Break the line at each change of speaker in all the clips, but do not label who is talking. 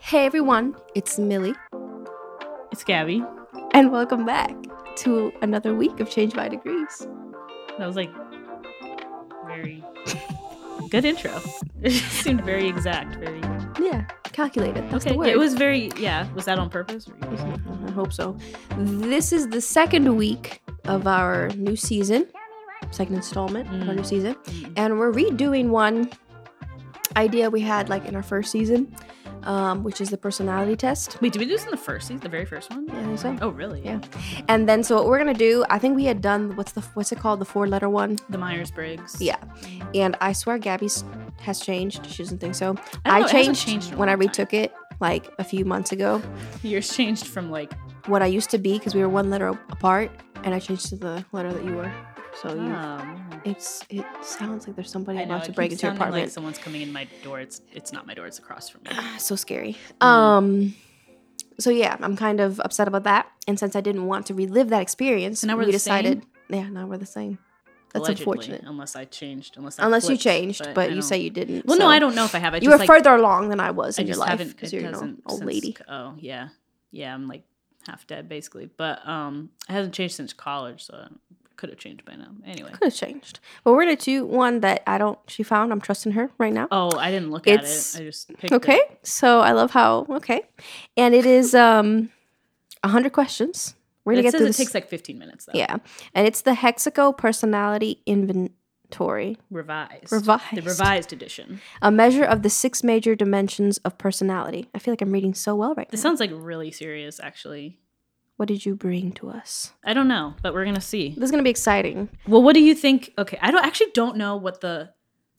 Hey everyone, it's Millie,
It's Gabby.
and welcome back to another week of Change by Degrees.
That was like very good intro. It just seemed very exact. Very
Yeah, calculated. That's
okay.
the
yeah,
word.
it was very yeah. Was that on purpose? Or you just-
I hope so. This is the second week of our new season, second installment of our new season,
Mm.
and we're redoing one idea we had like in our first season, um, which is the personality test.
Wait, did we do this in the first season? The very first one?
Yeah, I think so.
Oh, really?
Yeah. And then so what we're gonna do, I think we had done what's the what's it called, the four letter one.
The Myers Briggs.
Yeah. And I swear Gabby's has changed. She doesn't think so.
I
I,
don't know, it hasn't
changed,
changed in a
when I
long time.
retook it like a few months ago.
Yours changed from like
What I used to be because we were one letter apart, and I changed to the letter that you were. So Oh, you,
um,
it's it sounds like there's somebody
I know,
about
it
to break
keeps
into your
sounding Like
apartment. Ah,
someone's coming in my door. It's it's not my door. It's across from me.
so scary.
Mhm.
Um. So yeah, I'm kind of upset about that. And since I didn't want to relive that experience,
So now
we
we're the
decided. Yeah, now we're the same. That's
Allegedly,
unfortunate.
Unless I changed. Unless I
Unless
flipped,
you changed, but,
I
you
don't-
say you didn't.
Well, no,
so-
I don't know if I have. I
you were
just, like,
further along than I was in your life
haven't-
because
it
you're an old,
hasn't
old
since-
lady.
Oh yeah, yeah. I'm like half dead basically, but um, it hasn't changed since college, so I could have changed by now. Anyway,
Could have changed, but we're gonna do one that I don't. She found. I'm trusting her right now.
oh, I didn't look
It's-
at it. I just picked
okay,
It.
so I love how okay, and it is um, hundred questions. We're gonna get
It says
through this.
it takes like 15 minutes though.
yeah, and it's the Hexaco Personality Inventory
revised.
revised.
The revised edition.
a measure of the six major dimensions of personality. I feel like I'm reading so well right
This
now.
sounds like really serious, actually.
What did you bring to us?
I don't know, but we're gonna see.
This is gonna be exciting.
Well, what do you think? Okay, I don't actually don't know what the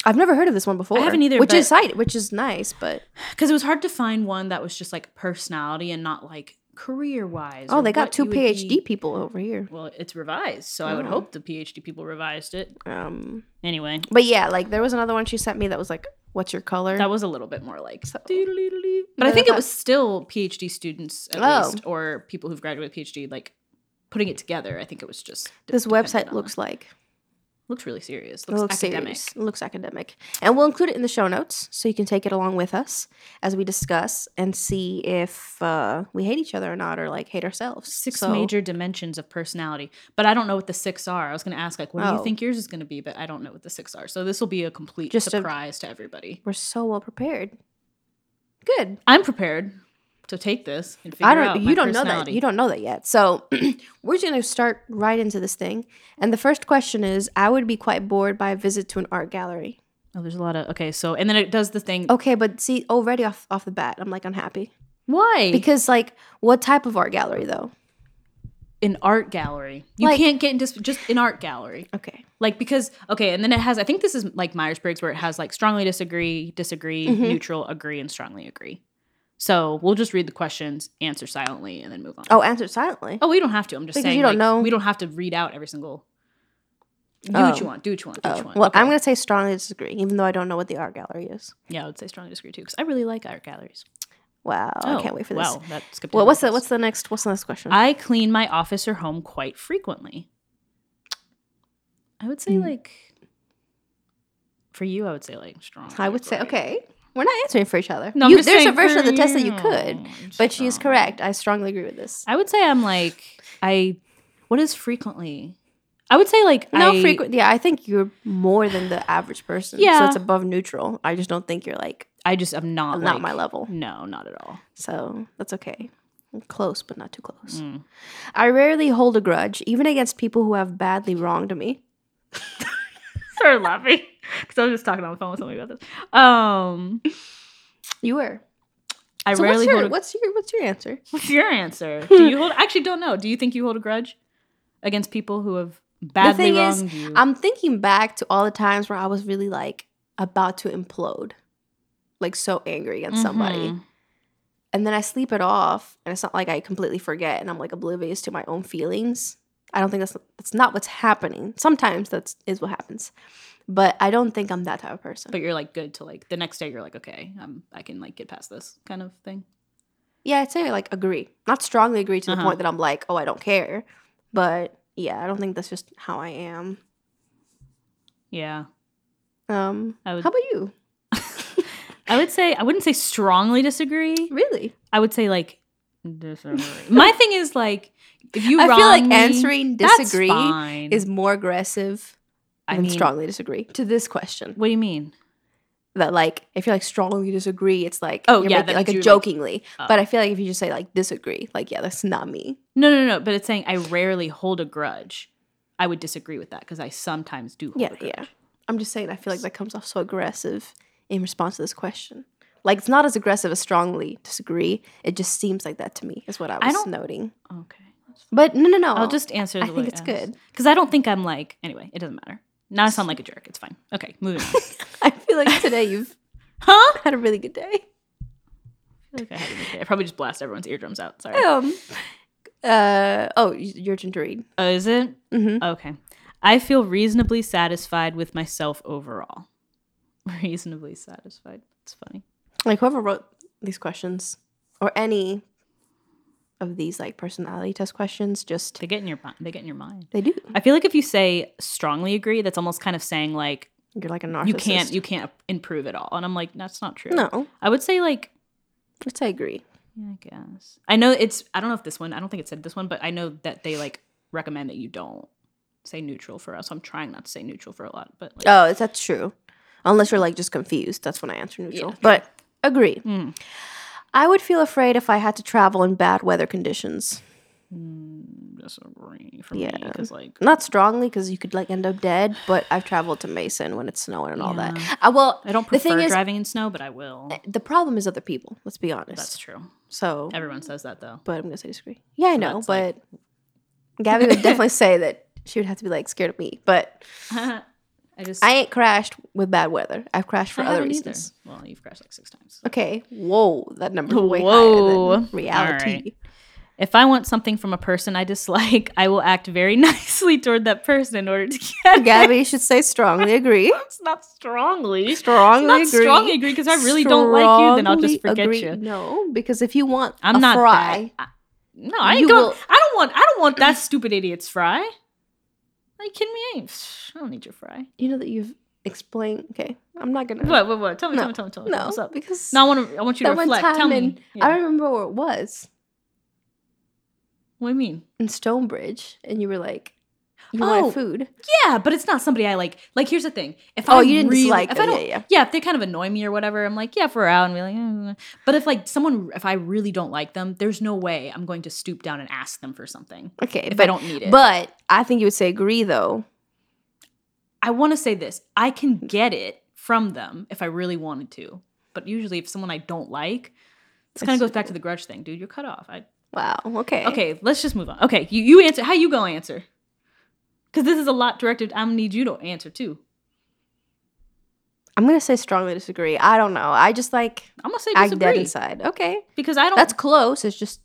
I've never heard of this one before.
haven't either,
Which
but-
is side, which is nice, but
because it was hard to find one that was just like personality and not like career wise.
oh, they got two PhD people over here.
Well, it's revised, so I would
Oh.
hope the PhD people revised it.
Um,
Anyway,
but yeah, like there was another one she sent me that was like, "What's your color?"
that was a little bit more like.
So-
doodle-doodle-doo.
But
But
I
I think
thought-
it was still PhD students at
Oh.
least, or people who've graduated with PhD, like putting it together. I think it was just de-
this
dependent
website
on
looks like
that. looks really serious.
it
Looks,
looks
academic.
serious. It looks academic, and we'll include it in the show notes so you can take it along with us as we discuss and see if uh, we hate each other or not, or like hate ourselves.
Six
So-
major dimensions of personality, but I don't know what the six are. I was going to ask, like, what do
Oh.
you think yours is going to be? But I don't know what the six are. So this will be a complete
Just a-
surprise to everybody.
We're so well prepared. Good.
I'm prepared to take this and figure
I don't.
out
You
my
don't know that.
personality.
You don't know that yet. So we're just gonna start right into this thing. And the first question is: I would be quite bored by a visit to an art gallery.
Oh, there's a lot of okay. So and then it does the thing.
Okay, but see, already off off the bat, I'm like unhappy
Why?
because like, what type of art gallery though?
an art gallery. You
Like-
can't get into sp- just an art gallery.
Okay,
Like because okay, and then it has I think this is like Myers Briggs where it has like strongly disagree, disagree,
Mhm.
neutral, agree, and strongly agree. So we'll just read the questions, answer silently, and then move on.
oh, answer silently.
Oh, we don't have to. I'm just
Because
saying
you don't
like,
know.
We don't have to read out every single. Do what
Oh.
you want. Do what you want. Do
Oh,
what you want.
well,
Okay.
I'm gonna say strongly disagree, even though I don't know what the art gallery is.
yeah, I would say strongly disagree too because I really like art galleries. Oh,
Wow, Oh, I can't wait for this.
Wow, that skipped.
Well,
over
what's the
this.
what's the next what's the next question?
I clean my office or home quite frequently. I would say
Mm.
like for you, I would say like strong.
I would say
agree.
okay, we're not answering for each other.
No, I'm
You-
just
there's a
saying
version of the
for
test that you
you,
could, but she is
strong.
correct. I strongly agree with this.
I would say I'm like I. What is frequently? I would say like
No
I-
frequent. Yeah, I think you're more than the average person. so
Yeah.
it's above neutral. I just don't think you're like
I just I'm not
not
like-
my level.
No, not at all.
So that's okay. Close, but not too close.
Mm.
I rarely hold a grudge, even against people who have badly wronged me.
Started laughing because I was just talking on the phone with somebody about this. Um,
You were.
I
so
rarely
what's your,
hold. A,
what's your what's your answer?
what's your answer? Do you hold? Actually, don't know. Do you think you hold a grudge against people who have badly
thing is,
wronged you?
I'm thinking back to all the times where I was really like about to implode, like so angry against somebody,
Mhm.
and then I sleep it off, and it's not like I completely forget and I'm like oblivious to my own feelings. I don't think that's that's not what's happening. Sometimes that's is what happens, but I don't think I'm that type of person.
But you're like good to like the next day. You're like okay, I'm I can like get past this kind of thing.
Yeah, I'd say like agree. Not strongly agree to the
Uh-huh.
point that I'm like, oh, I don't care. But yeah, I don't think that's just how I am.
Yeah,
Um,
I would-
how about you?
I would say I wouldn't say strongly disagree.
Really?
I would say like disagree. My thing is like if you
I feel like
wrong me,
answering
that's
disagree
fine.
Is more aggressive
I
than
mean,
strongly disagree to this question.
What do you mean?
That like if you like strongly disagree, it's like
Oh, yeah,
making,
that
like
you're,
a
like-
jokingly.
Oh.
But I feel like if you just say like disagree, like yeah, that's not me.
No, no, no. But it's saying I rarely hold a grudge. I would disagree with that because I sometimes do hold
Yeah,
a grudge.
yeah. I'm just saying I feel like that comes off so aggressive in response to this question. Like it's not as aggressive as strongly disagree. It just seems like that to me is what I was
I don't-
noting.
Okay.
But no, no, no.
I'll just answer. The
I think it's good.
because I don't think I'm like. Anyway, it doesn't matter. Now I sound like a jerk. It's fine. Okay, moving. on.
I feel like today you've
huh?
had a really good day.
Okay, I, had a good day. I probably just blast everyone's eardrums out. Sorry.
Um. Uh. Oh, y- your turn to read.
Oh, is it?
Mm-hmm.
Okay. I feel reasonably satisfied with myself overall. Reasonably satisfied. It's funny.
Like whoever wrote these questions or any of these like personality test questions, just
They get in your mi- they get in your mind.
they do.
I feel like if you say strongly agree, that's almost kind of saying like
You're like a narcissist.
you can't you can't improve at all. And I'm like that's not true.
No,
I would say like
which I agree.
yeah, I guess. I know it's I don't know if this one, I don't think it said this one, but I know that they like recommend that you don't say neutral for us. I'm trying not to say neutral for a lot, but like
Oh, that's true. Unless you're like just confused, that's when I answer neutral.
Yeah, true.
but agree.
Mm.
I would feel afraid if I had to travel in bad weather conditions.
mm, disagree for me
Yeah.
because like
Not strongly because you could like end up dead, but I've traveled to Mason when it's snowing and all
Yeah.
that. I, Uh, well,
I don't
The
prefer
thing is-
driving in snow, but I will.
the problem is other people. Let's be honest.
That's true.
So,
Everyone says that though.
but I'm gonna say disagree. Yeah, I
So
know,
that's,
but
like-
Gabby would definitely say that she would have to be like scared of me. But
I just
I ain't crashed with bad weather. I've crashed for
I
other
haven't either.
reasons.
Well, you've crashed like six times.
Okay, whoa, that number's way
Whoa.
higher than reality.
Alright. If I want something from a person I dislike, I will act very nicely toward that person in order to get it.
Gabby should say strongly agree.
It's not strongly. It's
Strongly
not
agree.
strongly agree because I really don't like you. Then I'll just
Strongly
forget
agree.
you.
No, because if you want
I'm
a
not
fry,
that- I- no, I ain't
You
going.
will-
I don't want. I don't want that stupid idiot's fry. Are you kidding me? I ain't- I don't need your fry.
you know that you've explained. Okay, I'm not gonna.
What? What? What? Tell me.
No.
Tell me. Tell me. Tell me.
No,
What's up?
because
No, I want to. I want you to
that one
reflect.
time,
Tell me.
in-
Yeah.
I don't remember where it was.
what do you mean?
in Stonebridge and you were like, you want
Oh,
food.
Yeah, but it's not somebody I like. Like, here's the thing. If
Oh,
I
you didn't
really,
dislike
if I
them.
don't,
Yeah, yeah.
if they kind of annoy me or whatever, I'm like, yeah, if we're out and we're like, eh. but if like someone, if I really don't like them, there's no way I'm going to stoop down and ask them for something
Okay,
if
but
I don't need it.
but I think you would say agree though.
I want to say this: I can
Mm.
get it from them if I really wanted to. But usually, if someone I don't like, this
It's-
kind
Eh.
of goes back to the grudge thing, dude. You're cut off. I,
Wow. Okay.
okay, let's just move on. Okay, you you answer. How you gonna answer? Because this is a lot directed. I'm gonna need you to answer too.
I'm gonna say strongly disagree. I don't know. I just like
I'm gonna say
act
disagree
dead inside. Okay.
because I don't.
That's close. It's just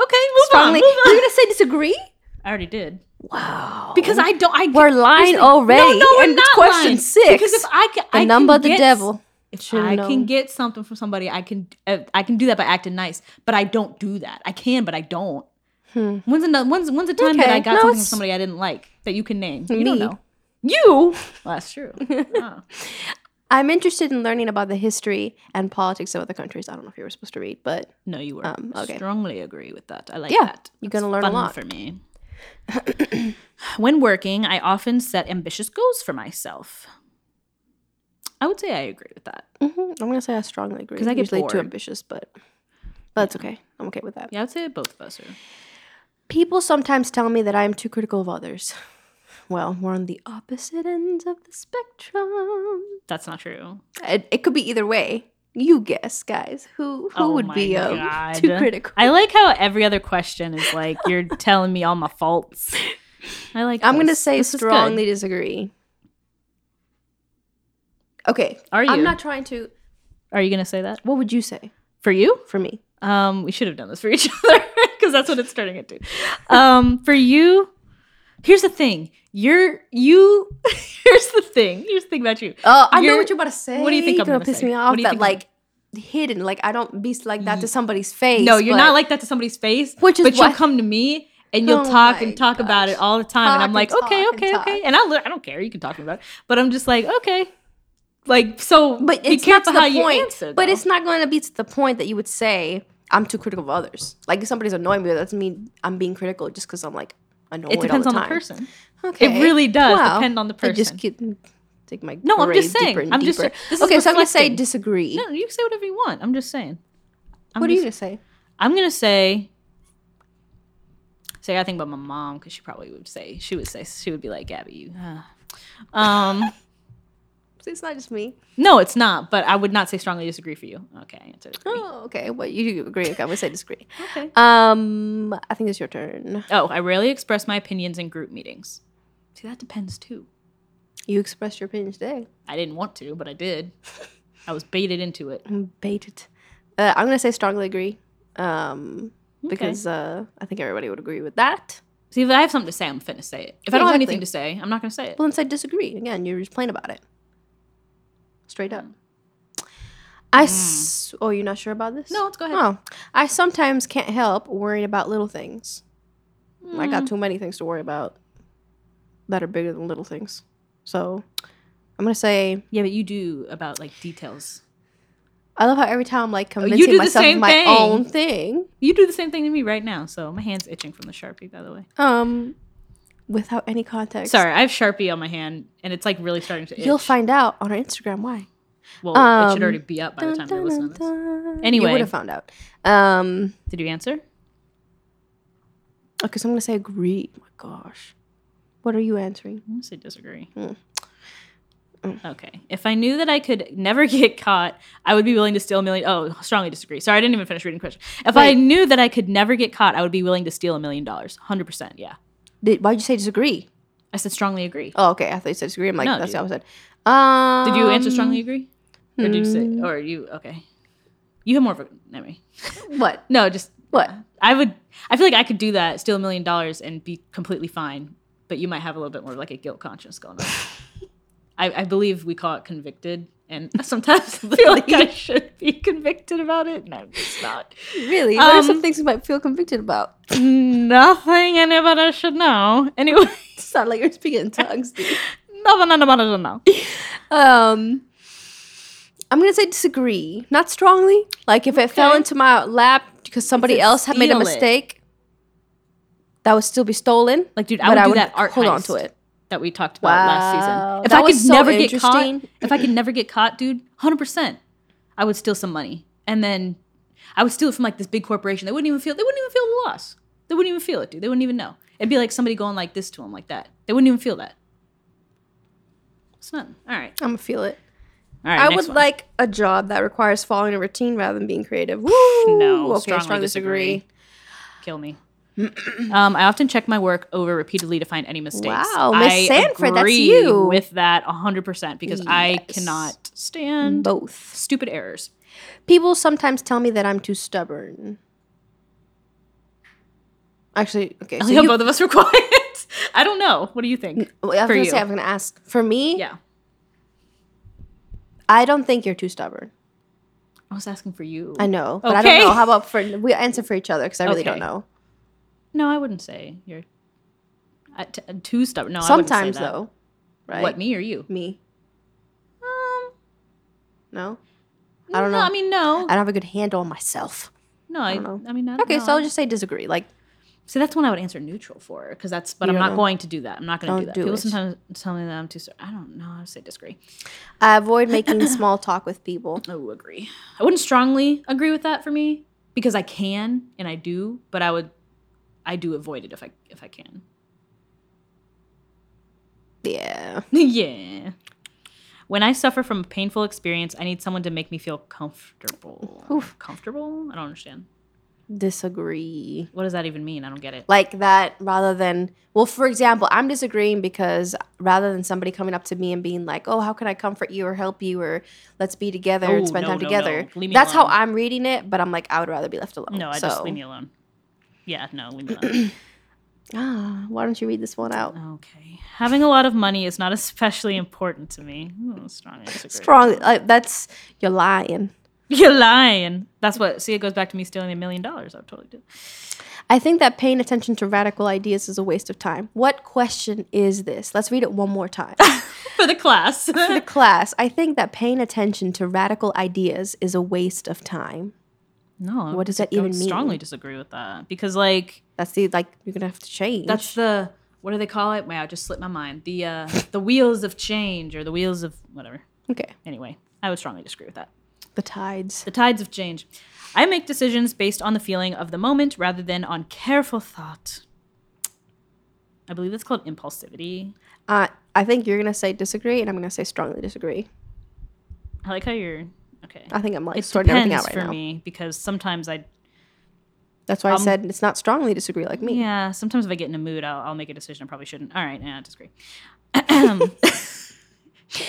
Okay, move
strongly.
on. Move on.
You're gonna say disagree?
I already did
Wow.
because I don't. I
Oh, we're
here's
lying
the-
already.
No, no, we're
and
not
it's question
lying.
six.
Because if I can,
the
I
number
can
of the
get-
devil.
If
Should've
I
known.
can get something from somebody, I can. Uh, I can do that by acting nice, but I don't do that. I can, but I don't.
Hmm.
When's another? When's when's the time that
Okay,
I
no,
got something from
it's-
somebody I didn't like that you can name? You don't
Me.
know.
You.
Well, that's true. Oh.
I'm interested in learning about the history and politics of other countries. I don't know if you were supposed to read, but
No, you were.
Um, okay.
Strongly agree with that. I like
Yeah,
that.
you're
That's
gonna learn a
fun
lot.
for me. when working, I often set ambitious goals for myself. I would say I agree with that.
Mhm. I'm gonna say I strongly agree.
Mm-hmm. 'Cause I get
usually too
bored.
ambitious, but but that's okay. I'm okay with that.
Yeah, I'd say both of us are.
People sometimes tell me that I am too critical of others. Well, we're on the opposite ends of the spectrum.
That's not true.
It, it could be either way. You guess, guys. Who who
Oh
would
my
be um,
God.
too critical?
I like how every other question is like you're telling me all my faults. I like.
I'm gonna
this.
say
This is good.
strongly disagree. Okay,
Are you?
I'm not trying to.
Are you gonna say that
What would you say
for you?
for me?
Um, we should have done this for each other because that's what it's turning into. Um, for you, here's the thing. You're you. here's the thing. Here's the thing about you.
Oh, I know
Uh, You're-
what you're about to say.
what do you think
You're
I'm
gonna,
gonna
piss
say?
me
What
off?
do you
That
think I'm
like hidden. Like I don't be like that to somebody's face.
No, you're
but-
not like that to somebody's face.
Which is
but
why-
you'll come to me and you'll
Oh
talk
my
and talk about
gosh.
it all the time,
Talk
and I'm
and
like,
talk
okay,
and
okay,
talk.
okay, and I li- I don't care. You can talk to me about it, but I'm just like, okay, Like so,
But
be
it's not
careful
to
how
the
you
point.
answer.
but
though.
it's not going to be to the point that you would say I'm too critical of others. Like if somebody's annoying me, that doesn't mean I'm being critical just because I'm like annoyed.
it depends
all
on
the time.
the person.
Okay.
It really does
Wow.
depend on the
I
person.
just keep take my
No, I'm just
grave
saying.
deeper and
I'm just
deeper.
saying- this is
okay. So I'm gonna say
reflecting.
disagree.
no, you can say whatever you want. I'm just saying. I'm
what are
just,
you gonna say?
I'm gonna say. Say I think about my mom because she probably would say she would say she would be like Gabby you. uh." Um,
It's not just me.
no, it's not. But I would not say strongly disagree for you. Okay, I answered. agree.
Oh, okay. Well, you agree. Okay, I'm gonna say disagree.
Hmm. Okay.
Um, I think it's your turn.
Oh, I rarely express my opinions in group meetings. See, that depends too.
You expressed your opinion today.
I didn't want to, but I did. I was baited into it.
I'm baited. Uh, I'm gonna say strongly agree. Um, because uh, I think everybody would agree with that.
see, if I have something to say, I'm finna say it. If I
Yeah,
don't have
exactly.
anything to say, I'm not gonna say it.
Well, then say disagree. Again, you're just plain about it. Straight up. I s- oh, you're not sure about this?
Hmm. No, let's go ahead.
Oh, I sometimes can't help worrying about little things. I got
Mm.
too many things to worry about that are bigger than little things. So I'm gonna say
Yeah, but you do about like details.
I love how every time I'm like
Oh, you
convincing
do the
myself of
same
my
thing.
own thing,
You do the same thing to me right now, so my hand's itching from the sharpie. By the way,
um, without any context.
sorry, I have sharpie on my hand, and it's like really starting to itch.
You'll find out on our Instagram why.
Well, it should
um,
already be up by the time you're listening to this.
you
Anyway.
would have found out. Um,
Did you answer?
okay, so I'm gonna say agree. Oh my gosh, what are you answering?
I'm gonna say disagree.
Mm.
Okay. If I knew that I could never get caught, I would be willing to steal a million. Oh, strongly disagree. Sorry, I didn't even finish reading the question. If I
Wait.
knew that I could never get caught, I would be willing to steal a million dollars. Hundred percent. Yeah.
Did, why'd you say disagree?
I said strongly agree.
Oh, okay, I thought you said disagree. I'm like
No,
that's the
dude.
opposite. Um,
Did you answer strongly agree, or did you say,
mm,
or you okay? You have more of a memory.
what?
No, just
What?
I would. I feel like I could do that, steal a million dollars, and be completely fine. But you might have a little bit more of like a guilt conscience going on. I, I believe we call it convicted, and sometimes I feel like I should be convicted about it, and I'm just not.
Really? what are some
Um,
things you might feel convicted about?
Nothing anybody should know. Anyway,
Sound like you're speaking in tongues, dude.
nothing anybody should know.
Um, I'm gonna say disagree, not strongly. Like if it fell
Okay.
into my lap because somebody
said
else had made a
steal it.
mistake, that would still be stolen.
Like, dude, I
but
would
I
do
would
that art
hold on
heist
to it.
that we talked about last
Wow.
season. If
That
I could
was so
never get caught,
interesting.
if I could never get caught, dude, hundred percent, I would steal some money and then I would steal it from like this big corporation. They wouldn't even feel. They wouldn't even feel the loss. They wouldn't even feel it, dude. They wouldn't even know. It'd be like somebody going like this to them, like that. They wouldn't even feel that. It's nothing. All right.
I'm gonna feel it.
All right.
I
next
would
one.
like a job that requires following a routine rather than being creative. Woo!
No,
okay,
strongly
strongly disagree.
disagree. kill me. um, I often check my work over repeatedly to find any mistakes.
Wow, Miss
I
Sanford, that's
agree
you.
with that hundred percent because I
Yes.
cannot stand
Both.
stupid errors.
People sometimes tell me that I'm too stubborn. Actually, okay.
I
So
like how
you,
both of us were quiet. I don't know. What do you think?
I was
for
gonna
you.
say I'm gonna ask. For me,
Yeah.
I don't think you're too stubborn.
I was asking for you.
I know, but I
Okay.
don't know. How about for we answer for each other because I really don't
Okay.
know.
No, I wouldn't say you're I t- too stubborn. No, I wouldn't
Sometimes
say that.
though, right?
What, me or you?
Me?
Um,
No, I don't
no,
know.
I mean, no.
I don't have a good handle on myself.
no, I,
don't know.
I mean, not,
Okay,
no,
so
I-
I'll just say disagree. Like,
See, that's one I would answer neutral for because that's, but
You
I'm
don't
not
know.
going to do that. I'm not going to do
Don't
that.
do
People
it.
sometimes tell me that I'm too stubborn. I don't know. I would say disagree.
I avoid making small talk with people.
Oh, agree. I wouldn't strongly agree with that for me because I can and I do, but I would, I do avoid it if I if I can.
Yeah.
yeah. When I suffer from a painful experience, I need someone to make me feel comfortable.
Oof.
Comfortable? I don't understand.
Disagree.
What does that even mean? I don't get it.
Like that rather than, well, for example, I'm disagreeing because rather than somebody coming up to me and being like, oh, how can I comfort you or help you or let's be together
Oh,
and spend
no,
time
no,
together,
no. Leave me
that's
alone.
how I'm reading it, but I'm like, I would rather be left alone.
No, I
so,
just leave me alone. Yeah, no, leave me alone.
Ah, why don't you read this one out?
okay. Having a lot of money is not especially important to me. Ooh, strongly disagree.
Strong. Uh, that's, you're lying.
You're lying. That's what. See, it goes back to me stealing a million dollars. I would totally do.
I think that paying attention to radical ideas is a waste of time. What question is this? Let's read it one more time.
for the class.
For the class, I think that paying attention to radical ideas is a waste of time.
no, I
What does
dis-
that
I would
even mean?
Strongly disagree with that because, like,
That's the like you're gonna have to change.
that's the what do they call it? Wow, it just slipped my mind. The uh, the wheels of change or the wheels of whatever.
okay.
Anyway, I would strongly disagree with that.
The tides.
The tides of change. I make decisions based on the feeling of the moment rather than on careful thought. I believe that's called impulsivity.
Uh, I think you're gonna say disagree, and I'm gonna say strongly disagree.
I like how you're okay.
I think I'm like
It
sorting everything
depends
out right
for
now.
me because sometimes I
That's why I
Um,
said it's not strongly disagree like me.
yeah sometimes if I get in a mood I'll, I'll make a decision I probably shouldn't. All right, yeah, I disagree.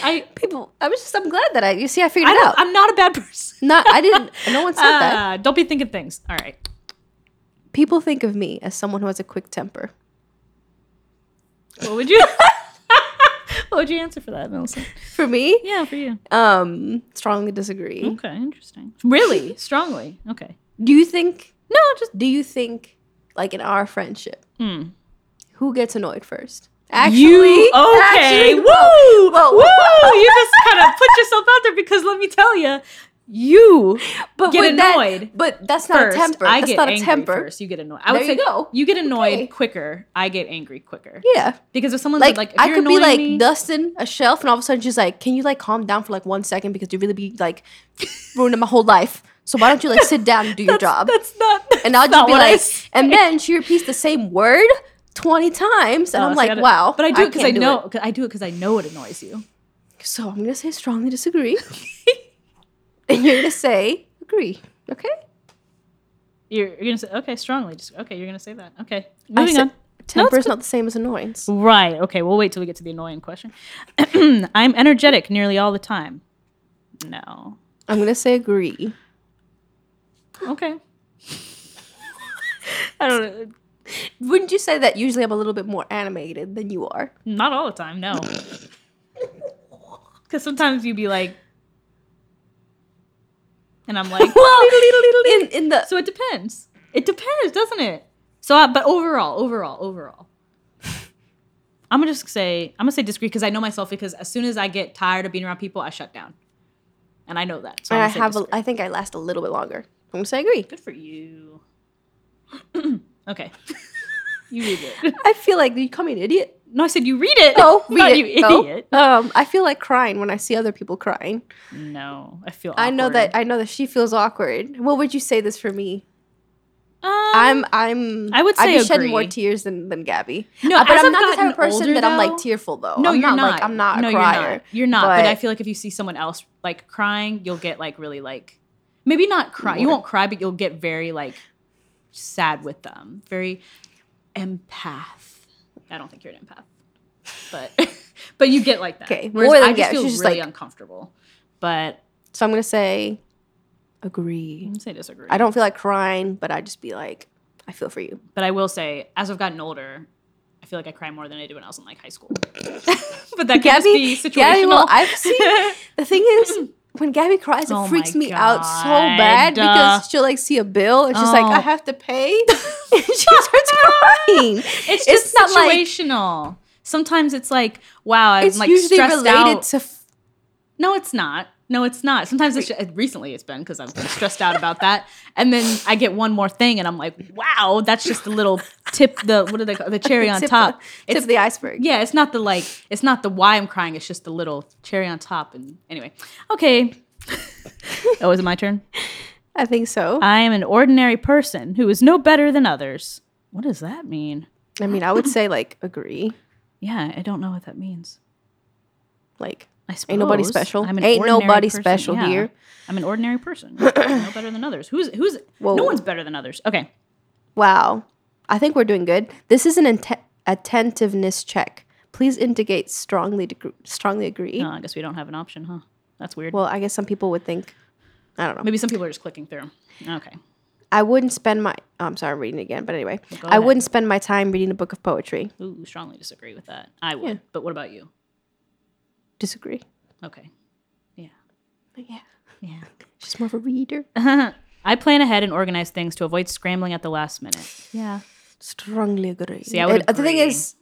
I
People, I was just I'm glad that I you see I figured
I
it
don't,
out.
I'm not a bad person.
not I didn't. No one said that.
Ah, Don't be thinking things. All right.
People think of me as someone who has a quick temper.
What would you? what would you answer for that, Melissa?
For me,
Yeah, for you.
um, strongly disagree.
Okay, interesting. Really strongly. Okay.
Do you think?
No, just
Do you think like in our friendship,
Hmm.
who gets annoyed first? Actually,
you. Okay.
actually,
woo.
whoa,
woo.
whoa.
You just kind of put yourself out there because let me tell you, you
but
get
with that-
annoyed
but that's not
first.
a temper.
I
that's
get
not
angry
a temper.
first. You get annoyed. I
There
would say
you go.
You get annoyed
Okay.
quicker. I get angry quicker.
Yeah.
Because if someone's like,
Like,
like if
I
you're
could be
annoying
like
me,
dusting a shelf, and all of a sudden she's like, "Can you like calm down for like one second because you really be like ruining my whole life? So why don't you like sit down and do your
that's,
job?"
That's not.
And I'll
that's not
just be
what I
like,
say.
and then she repeats the same word twenty times, and
Oh,
I'm
see, I
like,
don't-
"Wow!"
But I do it because I,
can't
know. Cause I do it because I know it annoys you.
So I'm gonna say strongly disagree, and you're gonna say agree. Okay.
You're, you're gonna say okay strongly. Just okay. You're gonna say that. Okay.
I
Moving
said
on.
Temper is
good.
not the same as annoyance.
Right. Okay. We'll wait till we get to the annoying question. I'm energetic nearly all the time. No.
I'm gonna say agree.
Okay. I don't. know.
Wouldn't you say that usually I'm a little bit more animated than you are?
Not all the time. No. Because sometimes you'd be like, and I'm like,
well, in, in the
so it depends. It depends, doesn't it? So, I, but overall, overall, overall, I'm gonna just say I'm gonna say disagree because I know myself. Because as soon as I get tired of being around people, I shut down, and I know that. So
and
I'm
I
gonna say
have, a,
disagree.
I think I last a little bit longer. I'm gonna say agree.
Good for you. okay. you read it.
I feel like you call me an idiot.
No, I said you read it.
No,
Not
Oh, read
you
it. No.
idiot.
Um, I feel like crying when I see other people crying.
No, I feel.
I know
awkward.
that. I know that she feels awkward. What would you say this for me?
Um,
I'm. I'm.
I would
I'd
say
be shedding more
agree.
tears than than Gabby.
No,
Uh, but
as
I'm
I've
not the type
gotten
of person
older,
that I'm
though-
like tearful though.
no,
I'm
you're not.
Like, I'm not
No,
a crier.
you're not. You're not. But,
but-
I feel like if you see someone else like crying, you'll get like really like maybe not cry. You
More.
won't cry, but you'll get very like sad with them. Very empath. I don't think you're an empath, but but you get like that.
Okay,
Whereas
more than
I just
get,
feel
she's just,
really
like-
uncomfortable. But
So I'm gonna say agree.
I would say disagree.
I don't feel like crying, but I just be like, I feel for you.
But I will say, as I've gotten older, I feel like I cry more than I did when I was in like high school. but that could just be situational.
Gabby, well, I've seen the thing is when Gabby cries, it
Oh
freaks
my
me out so
God.
bad
Uh.
because she'll like see a bill and she's like,
Oh.
I have to pay, and she starts crying.
it's just
it's not like-
situational. Sometimes it's like, wow, I'm
it's
like
usually
stressed
related
out.
to. F-
no, it's not. No, it's not. Sometimes it's ju- recently it's been because I'm stressed out about that, and then I get one more thing, and I'm like, wow, that's just the little tip. The what do they call the cherry on
tip
top?
The, tip
It's
of the iceberg.
yeah, it's not the like, it's not the why I'm crying. It's just the little cherry on top. And anyway, okay. oh, is it my turn?
I think so.
I am an ordinary person who is no better than others. What does that mean?
I mean, I would say like agree.
Yeah, I don't know what that means.
Like
I suppose
Ain't nobody special.
I'm an
Ain't
ordinary
nobody
person.
special
Yeah.
here.
I'm an ordinary person. no better than others. Who's who's?
Whoa.
No one's better than others. Okay.
Wow. I think we're doing good. This is an inte- attentiveness check. Please indicate strongly degr strongly agree.
No, Uh, I guess we don't have an option, huh? That's weird.
Well, I guess some people would think I don't know.
Maybe some people are just clicking through. Okay.
I wouldn't spend my oh, I'm sorry, I'm reading it again, but anyway.
go
I
ahead.
wouldn't spend my time reading a book of poetry.
Ooh, strongly disagree with that. I would.
Yeah.
But what about you?
Disagree.
Okay.
Yeah.
Yeah.
She's more of a reader.
I plan ahead and organize things to avoid scrambling at the last minute. Yeah.
Strongly agree.
See, I would
And The thing
agree.
is,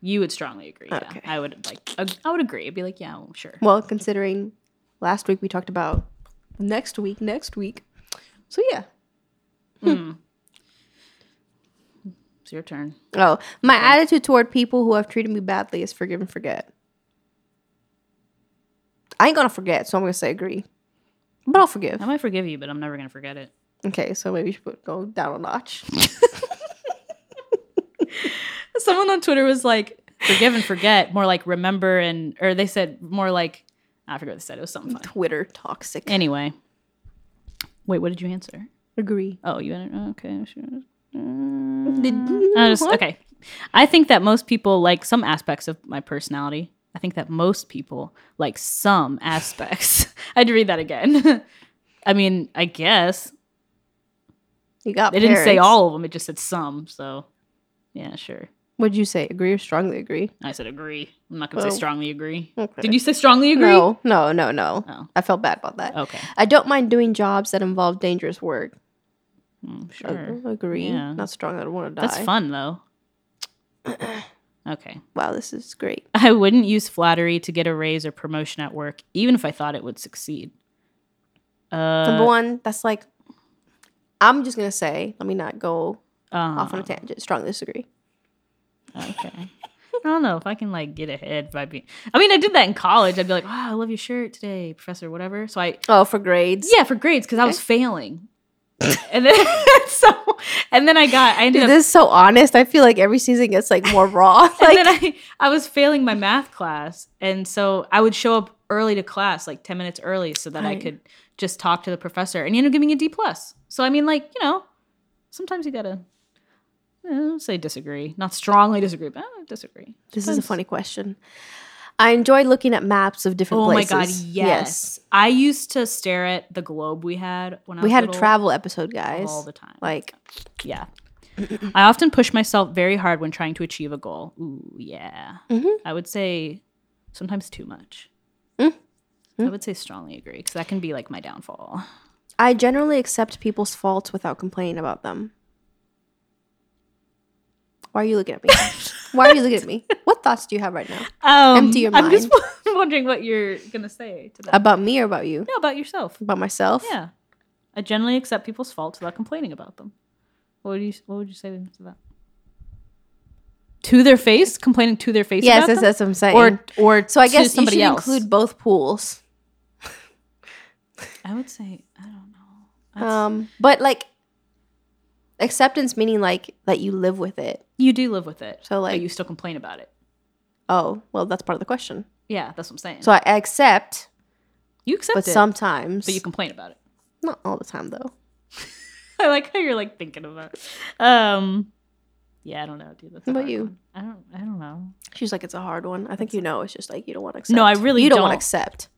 You would strongly agree. Yeah.
Okay.
I would like ag- I would agree. I'd be like, yeah, well, sure.
well, considering last week we talked about next week, next week. So yeah.
It's your turn.
Oh, my attitude toward people who have treated me badly is forgive and forget. I ain't gonna forget, so I'm gonna say agree, but I'll forgive.
I might forgive you, but I'm never gonna forget it.
Okay, so maybe you should put- go down a notch.
Someone on Twitter was like, forgive and forget, more like remember and or they said more like I forget what they said. It was something funny.
Twitter toxic.
Anyway. Wait, what did you answer?
agree.
Oh, you had it. oh, Okay. sure.
Did-
I just
what?
okay. I think that most people like some aspects of my personality. I think that most people like some aspects. I had to read that again. I mean, I guess
You got.
they didn't say
parents.
all of them. It just said some. So, yeah, sure.
What'd you say? Agree or strongly agree?
I said agree. I'm not gonna
Oh.
say strongly agree.
Okay.
Did you say strongly agree?
No, no, no, no.
Oh.
I felt bad about that.
Okay.
I don't mind doing jobs that involve dangerous work.
Mm,
I-
sure.
I agree.
Yeah.
Not strong. I don't want to die.
That's fun though. okay.
Wow, this is great.
I wouldn't use flattery to get a raise or promotion at work, even if I thought it would succeed. Uh,
Number one, that's like, I'm just gonna say. Let me not go off on a
uh,
tangent. Strongly disagree.
okay. I don't know if I can like get ahead by being. I mean, I did that in college. I'd be like, "Wow, I love your shirt today, professor, whatever." So I
Oh, for grades.
yeah for grades because I was failing, and then so and then I got I ended
Dude,
up
this is so honest. I feel like every season gets like more raw. like,
and then I, I was failing my math class. And so I would show up early to class, like 10 minutes early, so that I
Right.
could just talk to the professor. And he ended up giving me a D plus. So I mean, like, you know, sometimes you gotta eh, I don't say disagree. Not strongly disagree, but eh, disagree.
this is a
Sometimes-
funny question. I enjoy looking at maps of different
Oh
places.
my god, yes. I used to stare at the globe we had when I was
We had a
little
travel episode, guys.
all the time.
Like,
Yeah. I often push myself very hard when trying to achieve a goal. Ooh, yeah.
Mhm.
I would say sometimes too much.
Mm.
I would say strongly agree because that can be like my downfall.
I generally accept people's faults without complaining about them. Why are you looking at me? Why are you looking at me? What thoughts do you have right now?
Um,
Empty your Um,
I'm just wondering what you're going to say to that.
About me or about you?
no, about yourself.
About myself?
Yeah. I generally accept people's faults without complaining about them. What would you What would you say to that? To their face, complaining to their face.
Yes,
about
yes,
them?
that's what I'm saying.
Or or
so I
to
guess you
somebody
should
else.
include both pools.
I would say I don't know. That's-
Um, but like acceptance meaning like that you live with it.
You do live with it.
So,
but
like-
you still complain about it.
Oh, well, that's part of the question.
Yeah, that's what I'm saying.
So I accept,
you accept
but
it,
sometimes,
but you complain about it.
not all the time though.
I like how you're like thinking about. It. Um, yeah, I don't know, dude. That's a
What about
hard
you?
one. I don't. I don't know.
She's like, it's a hard one. I think you know. It's just like you don't want to accept.
No, I really
you don't, want to
don't.
accept.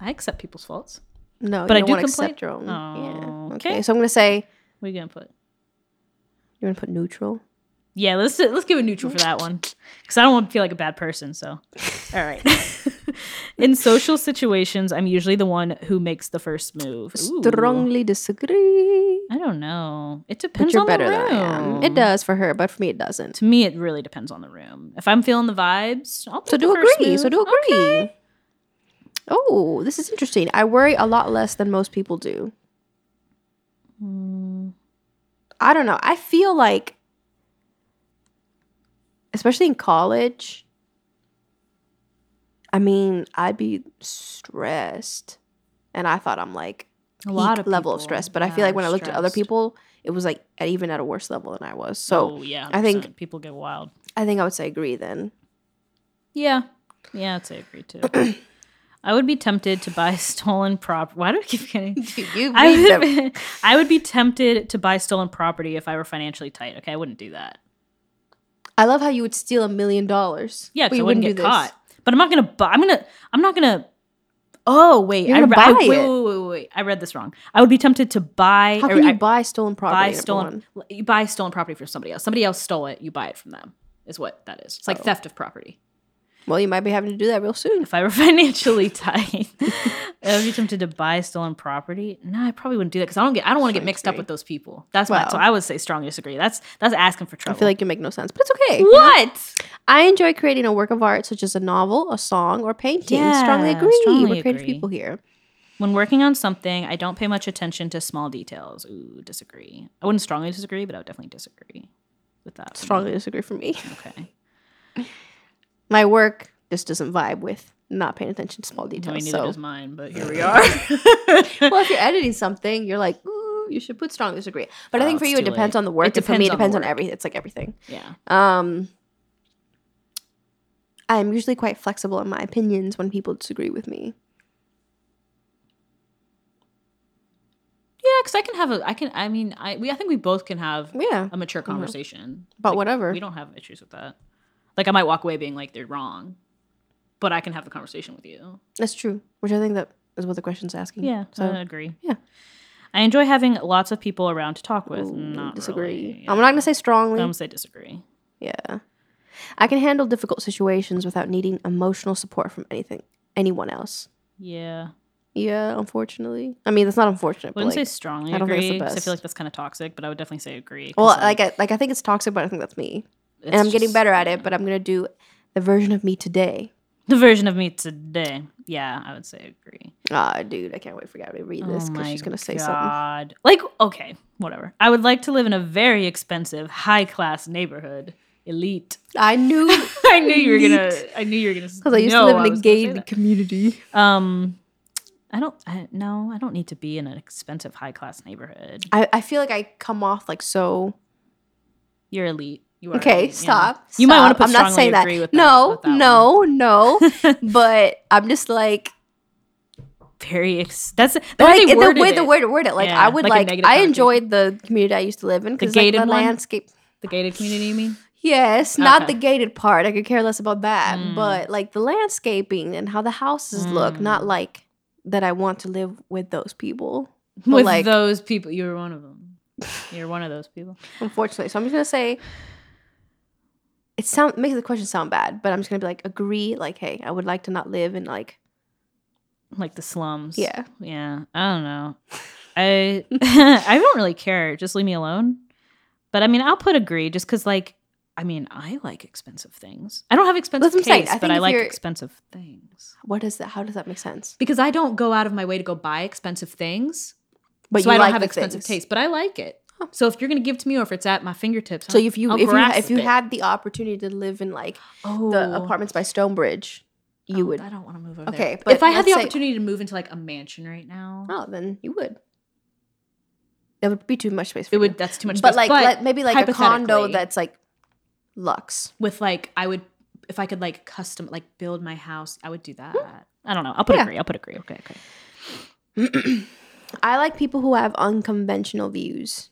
I accept people's faults.
No,
But
you
I
don't
do
want to
complain?
accept your own.
Oh,
yeah.
okay.
Okay. So I'm gonna say
What are you gonna put?
you want to put neutral.
Yeah, let's let's give it neutral for that one, because I don't want to feel like a bad person. So, all right. In social situations, I'm usually the one who makes the first move. Ooh.
Strongly disagree.
I don't know. It
But
depends
you're
on the
better than I
room.
am. It does for her, but for me it doesn't.
to me it really depends on the room if i'm feeling the vibes I'll
So
take the
do
first
agree. So
move.
do agree.
Okay.
Oh, this is interesting. I worry a lot less than most people do.
Mm,
I don't know. I feel like, especially in college, I mean, I'd be stressed. And I thought I'm like
a lot
peak
of
level of
people,
stress. But I
yeah,
feel like
are
when I looked at other
stressed.
people, it was like at even at a worse level than I was. So
Oh, yeah
I think-
100%. people get wild
I think I would say agree then.
yeah yeah i'd say agree too i would be tempted to buy stolen prop why do i keep getting
you
I would, I would be tempted to buy stolen property if I were financially tight. Okay, I wouldn't do that.
I love how you would steal a million dollars.
Yeah,
but
because I
you
wouldn't,
do
get
this.
caught. But I'm not gonna buy. I'm gonna. I'm not gonna. Oh wait,
You're
I,
gonna
re- I-
buy
wait,
it.
wait, wait, wait, wait. I read this wrong. I would be tempted to buy.
How
or
can you
I-
buy stolen property?
buy
number
stolen
one?
l- you buy
Oh.
stolen property from somebody else. Somebody else stole it, you buy it from them. Is what that is. It's like theft of property.
Well, you might be having to do that real soon.
If I were financially tight, I would be tempted to buy stolen property. No, I probably wouldn't do that because I don't get. I don't want to get
Strong
mixed up
disagree.
with those people. That's my.
Wow.
So I would say strong disagree. That's that's asking
I
for trouble.
feel like you make no sense, but it's okay.
what?
I enjoy creating a work of art such as a novel, a song, or painting. strongly
Yeah,
agree.
strongly
We're creative
agree.
people here.
When working on something, I don't pay much attention to small details. Ooh, disagree. I wouldn't strongly disagree, but I would definitely disagree with that. for me.
Strongly disagree for me.
Okay.
My work just doesn't vibe with not paying attention to small
I mean,
details.
neither
So,
does mine, but here we are.
well, if you're editing something, you're like, ooh, you should put strong disagree. But I
Oh,
think for
it's
you, it
too
depends
late.
on the work.
It
and for me, it
depends on the
depends on,
work.
everything. It's like everything.
yeah.
Um, I'm usually quite flexible in my opinions when people disagree with me.
Yeah, because I can have a. I can. I mean, I. We. I think we both can have
Yeah,
a mature conversation.
but
Like,
Mm-hmm. whatever.
We don't have issues with that. Like I might walk away being like they're wrong, but I can have the conversation with you.
That's true. Which I think that is what the question's asking.
so
So
I agree.
yeah.
I enjoy having lots of people around to talk with.
ooh,
Not
disagree.
really,
I'm
yeah.
not gonna say strongly.
I'm gonna say disagree.
Yeah. I can handle difficult situations without needing emotional support from anything anyone else.
Yeah,
Yeah, unfortunately. I mean, that's not unfortunate, but
wouldn't say
like,
strongly
I don't think it's the
agree. 'cause I
best.
feel like that's kind of toxic, but I would definitely say agree. 'cause,
well, like I, like I think it's toxic, but I think that's me.
it's
And I'm getting
just-
better at it, but I'm going to do the version of me today.
The version of me today. Yeah, I would say agree.
Ah, dude, I can't wait for Gabby to read this cuz she's going to say something.
Oh God. Like, okay, whatever. I would like to live in a very expensive, high class neighborhood. Elite.
I knew
I knew you were gonna.
Elite.
I knew you were gonna.
cuz I used
know
to live
I
in a
was gonna say
gated community.
that. Um, I don't. I, no, I don't need to be in an expensive, high class neighborhood.
I, I feel like I come off like so
You're elite. You are.
Okay,
elite, yeah.
stop.
You might want
stop.
to put
I'm not
strongly
saying that.
agree with
no,
with that one.
no, no. but I'm just like
Very. Ex- that's that's
like
they
it- the
worded
way
it.
the way to word it, like
Yeah,
I would
like a
like,
negative
I
connotation.
enjoyed the community I used to live in because like, the
gated one?
landscape.
the gated community. You mean?
Yes, not
Okay.
the gated part. I could care less about that,
Mm.
but like the landscaping and how the houses look. Not
Mm.
like that. I want to live with those people, But,
With
like-
those people, you were one of them. You're one of those people.
unfortunately. So I'm just gonna say. It sound makes the question sound bad, but I'm just gonna be like agree, like hey, I would like to not live in like
like the slums.
Yeah.
Yeah. I don't know. I I don't really care. Just leave me alone. But I mean, I'll put agree just cuz like I mean, I like expensive things. I don't have expensive
That's what I'm saying.
taste,
I
but
think
I
if
like
you're-
expensive things.
what is that? How does that make sense?
Because I don't go out of my way to go buy expensive things.
But
so
you
I don't
like
have
the
expensive
things.
taste, but I like it.
Huh.
So if you're going to give it to me or if it's at my fingertips,
So
I'll-
if you
I'll
if you ha- if
grasp
you
it.
had the opportunity to live in like
oh,
the apartments by Stonebridge, you
oh,
would.
I don't want to move over
Okay,
there. But if
but
I had the
let's say-
opportunity to move into like a mansion right now,
Oh, then you would. That would be too much space. For
it would
you.
that's too much
but
space.
like let- maybe like a condo
hypothetically-
that's like luxe.
with like I would if I could like custom like build my house, I would do that. I don't know. I'll put
Hmm. Yeah.
agree. I'll put agree. Okay, okay.
I like people who have unconventional views.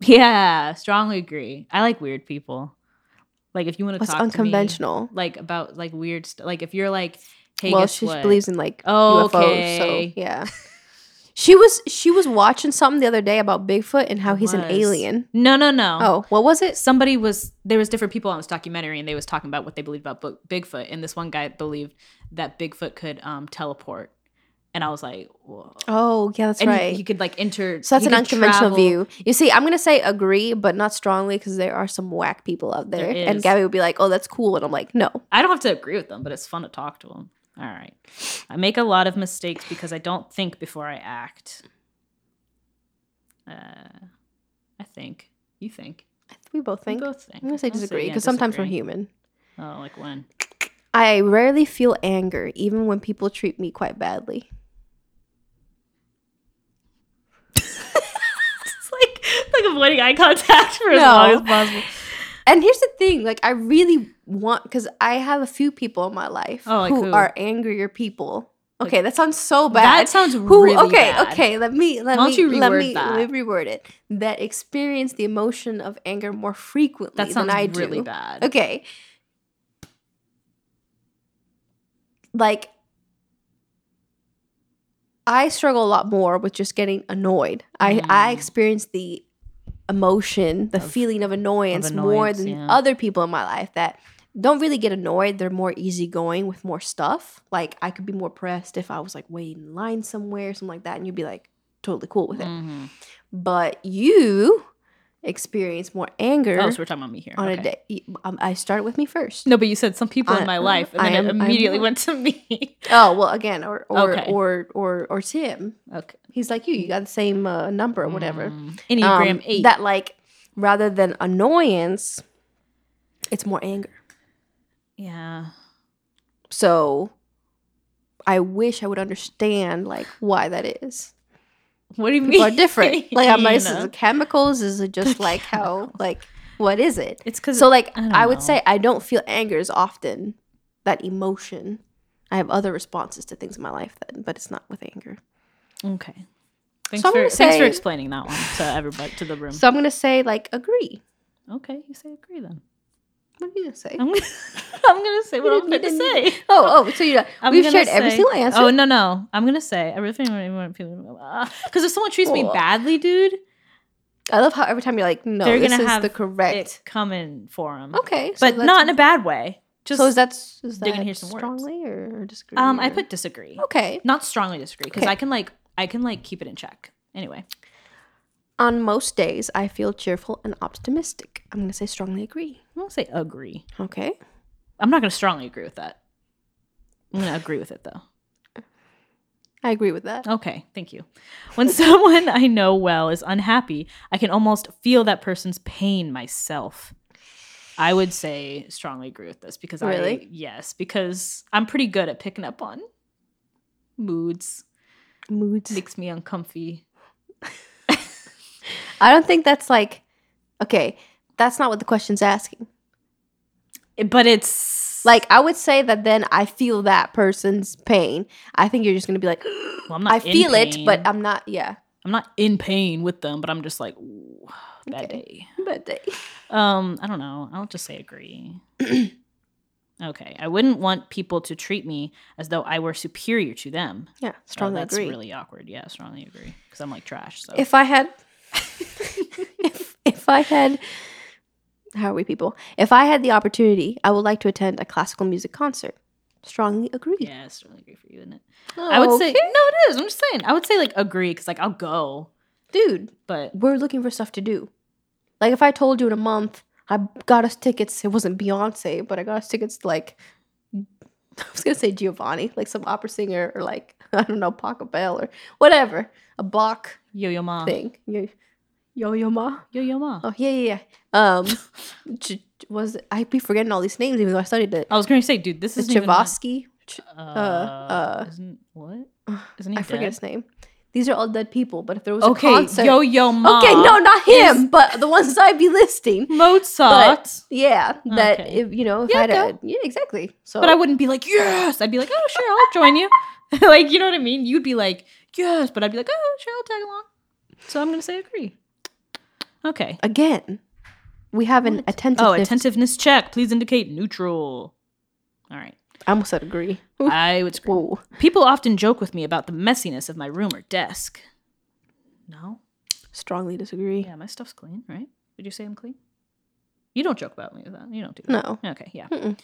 Yeah, strongly agree. I like weird people. Like if you want to
What's
talk to
unconventional?
me, like about like weird stuff. Like if you're like, hey,
well,
guess
she
what?
believes in like
Oh,
UFOs,
okay.
so yeah. she was she was watching something the other day about Bigfoot and how he's an
Was.
alien.
No, no, no.
Oh, what was it?
somebody was there was different people on this documentary and they was talking about what they believed about Bo- Bigfoot and this one guy believed that Bigfoot could um teleport. And I was like, whoa.
Oh, yeah, that's
and he-
right.
he, could like enter.
So that's
he
an
could
unconventional
travel-
view. You see, I'm gonna say agree, but not strongly because there are some whack people out there.
There
and
is.
Gabby would be like, "Oh, that's cool," and I'm like, "No."
I don't have to agree with them, but it's fun to talk to them. All right. I make a lot of mistakes because I don't think before I act. Uh, I think. You think.
We both think.
We both think.
I'm gonna say
I'll
disagree
yeah,
because sometimes we're
disagree.
human.
Oh, like when?
I rarely feel anger, even when people treat me quite badly.
It's like, like avoiding eye contact for as
No.
long as possible.
And here's the thing: like, I really want because I have a few people in my life
Oh, like
who,
who?
are angrier people.
Like-
Okay, that sounds so bad.
That sounds
Who?
really
okay,
bad.
okay. Let me let
Why
me
don't you
let
reword
me
that?
let me reword it. That experience the emotion of anger more frequently
That
than
sounds
I
really
do.
bad.
Okay. Like, I struggle a lot more with just getting annoyed. I I
Mm.
experience the emotion, the
Of-
feeling of annoyance, more
annoyance,
than
yeah.
other people in my life that don't really get annoyed. They're more easygoing with more stuff. Like I could be more pressed if I was like waiting in line somewhere, something like that, and you'd be like totally cool with it.
Mhm.
But you experience more anger
Oh, so we're talking about me here.
on
Okay.
a day. Um, I started with me first.
No, but you said some people in
I-
my life, and
I
then
am-
it
I'm
immediately
not.
went to me.
Oh well, again, or or
Okay.
or, or or Tim.
okay.
He's like you. You got the same uh, number or whatever.
Mm. Enneagram
Um,
eight.
That like rather than annoyance, it's more anger.
yeah.
So I wish I would understand like why that is.
What do you
People
mean?
are different. Like am I
You
is
know?
it chemicals? Is it just like how
chemicals.
like what is it?
It's because
So like
I don't
I, would
know.
say I don't feel anger as often. That emotion. I have other responses to things in my life then, but it's not with anger.
okay. Thanks,
I'm
for,
gonna
thanks for
say-
explaining that one to everybody to the room.
So I'm gonna say like agree.
okay, you say agree then.
What are you gonna say?
I'm gonna, I'm gonna say what I'm
didn't- you
gonna
didn't-
say.
Oh, oh, so you
I'm
we've
gonna
shared every
say-
single answer.
Oh no no! I'm gonna say I really think because Ah, if someone treats me
Oh.
badly, dude,
I love how every time you're like, no,
They're
this
gonna
is
have
the
it
correct.
coming for them.
Okay, so
but
that's-
not in a bad way. Just
so is that is
they're
that
gonna hear some words.
strongly or, or disagree?
um, I
or-
put disagree,
okay
not strongly disagree, because
Okay.
I can like I can like keep it in check. Anyway,
on most days. I feel cheerful and optimistic. I'm gonna say strongly agree.
I'm gonna say agree.
Okay,
I'm not gonna strongly agree with that. I'm gonna agree with it though.
I agree with that.
Okay, thank you. When someone I know well is unhappy, I can almost feel that person's pain myself. I would say strongly agree with this because I
Really?
yes, because I'm pretty good at picking up on moods.
Moods.
Makes me uncomfy.
I don't think that's like okay. That's not what the question's asking.
But it's
Like I would say that then I feel that person's pain. I think you're just gonna be like,
well, I'm not
I
in
feel it,
pain.
but I'm not. Yeah,
I'm not in pain with them, but I'm just like ooh, bad
Okay.
day.
but they-
Um, I don't know. I'll just say agree. okay. I wouldn't want people to treat me as though I were superior to them.
yeah,
Oh,
strongly
that's
agree.
really awkward. Yeah, strongly agree. Because I'm like trash. So
if I had, if, if I had, how are we people? If I had the opportunity, I would like to attend a classical music concert. Strongly agree.
yeah, it's strongly agree for you, isn't it? I would say
Okay.
no. It is. I'm just saying. I would say like agree because like I'll go,
dude,
but
we're looking for stuff to do. Like if I told you in a month, I got us tickets. It wasn't Beyonce, but I got us tickets to like. I was gonna say Giovanni, like some opera singer, or like I don't know Pachelbel or whatever, a Bach
yo yo ma,
thing. Yo, yo, yo, ma.
yo yo ma.
Oh yeah, yeah, yeah. Um, J- was I be forgetting all these names even though I studied it?
I was gonna say, dude, Oh, this
The
is Chavos.
Chavosky. Ch-
Uh,
uh,
isn't what?
Ugh,
Isn't he
I
dead?
forget his name. These are all dead people. But if there was
Okay,
a concert,
yo yo ma.
okay, no, not him, but the ones I'd be listing.
Mozart. But,
Yeah, that
Okay.
if, you know, if
Yeah,
I had
go.
a, yeah, exactly. So,
I wouldn't be like yes. I'd be like, oh sure, I'll join you. like you know what I mean? You'd be like yes, but I'd be like, oh sure, I'll tag along. So I'm gonna say agree. Okay.
again, we have an
What?
attentive.
Oh, attentiveness check. Please indicate neutral. All right.
I almost said agree.
I would screw.
Whoa,
People often joke with me about the messiness of my room or desk. No?
strongly disagree.
Yeah, my stuff's clean, right? Did you say I'm clean? You don't joke about me with that. You don't do that.
No,
Okay, yeah.
Mm-mm.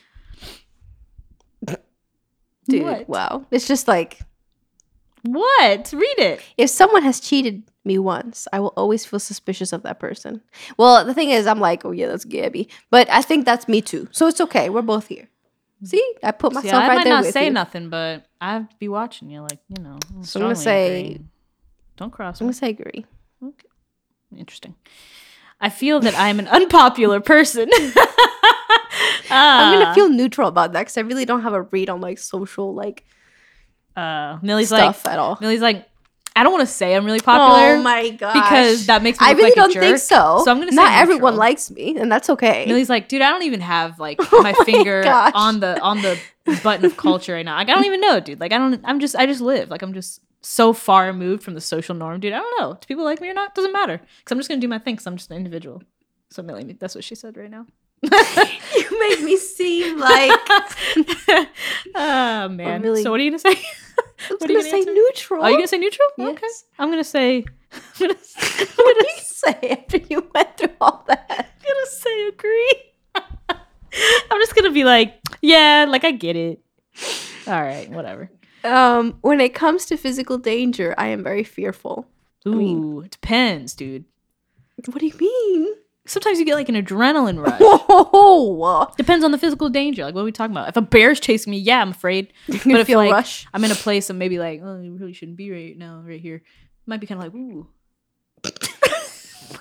dude,
What?
wow, it's just like
What? Read it.
if someone has cheated me once, I will always feel suspicious of that person. Well, the thing is, I'm like, oh yeah, that's Gabby, but I think that's me too. So it's okay. We're both here. See, I put myself
See, I
right
might
there
not
with
say
you.
nothing, but I'd be watching you like, you know.
So I'm gonna
strongly
say-
agreeing. Don't cross
I'm
me.
gonna say agree.
Okay. Interesting. I feel that I'm an unpopular person.
I'm
Ah.
gonna feel neutral about that because I really don't have a read on like social like
uh, Millie's
stuff
like
at all.
Millie's like I don't want to say I'm really popular
oh my god!
because that makes me
I
look
really
like a
don't
jerk.
think so.
So I'm gonna say
not everyone
neutral.
likes me, and that's okay.
Millie's like dude I don't even have like
Oh
my
my
finger
gosh.
on the on the button of culture right now like I don't even know dude like I don't I'm just I just live like I'm just so far removed from the social norm dude I don't know do people like me or not doesn't matter because I'm just gonna do my thing because I'm just an individual so Millie that's what she said right now
you make me seem like
oh man
really-
so what are you gonna say
I'm
What are you
gonna
gonna
say
answer?
neutral.
are you gonna say neutral okay
Yes.
I'm gonna say I'm gonna, I'm
what
gonna
did you say after you went through all that?
gonna say agree. I'm just gonna be like, yeah, like I get it. All right, whatever.
Um, when it comes to physical danger, I am very fearful.
Ooh,
mean-
it depends, dude.
What do you mean?
Sometimes you get like an adrenaline rush.
Whoa!
Depends on the physical danger. Like, what are we talking about? If a bear's chasing me, yeah, I'm afraid.
You
if,
feel
like-
rush.
I'm in a place and maybe like, oh, you really shouldn't be right now, right here. Might be kind of like, ooh,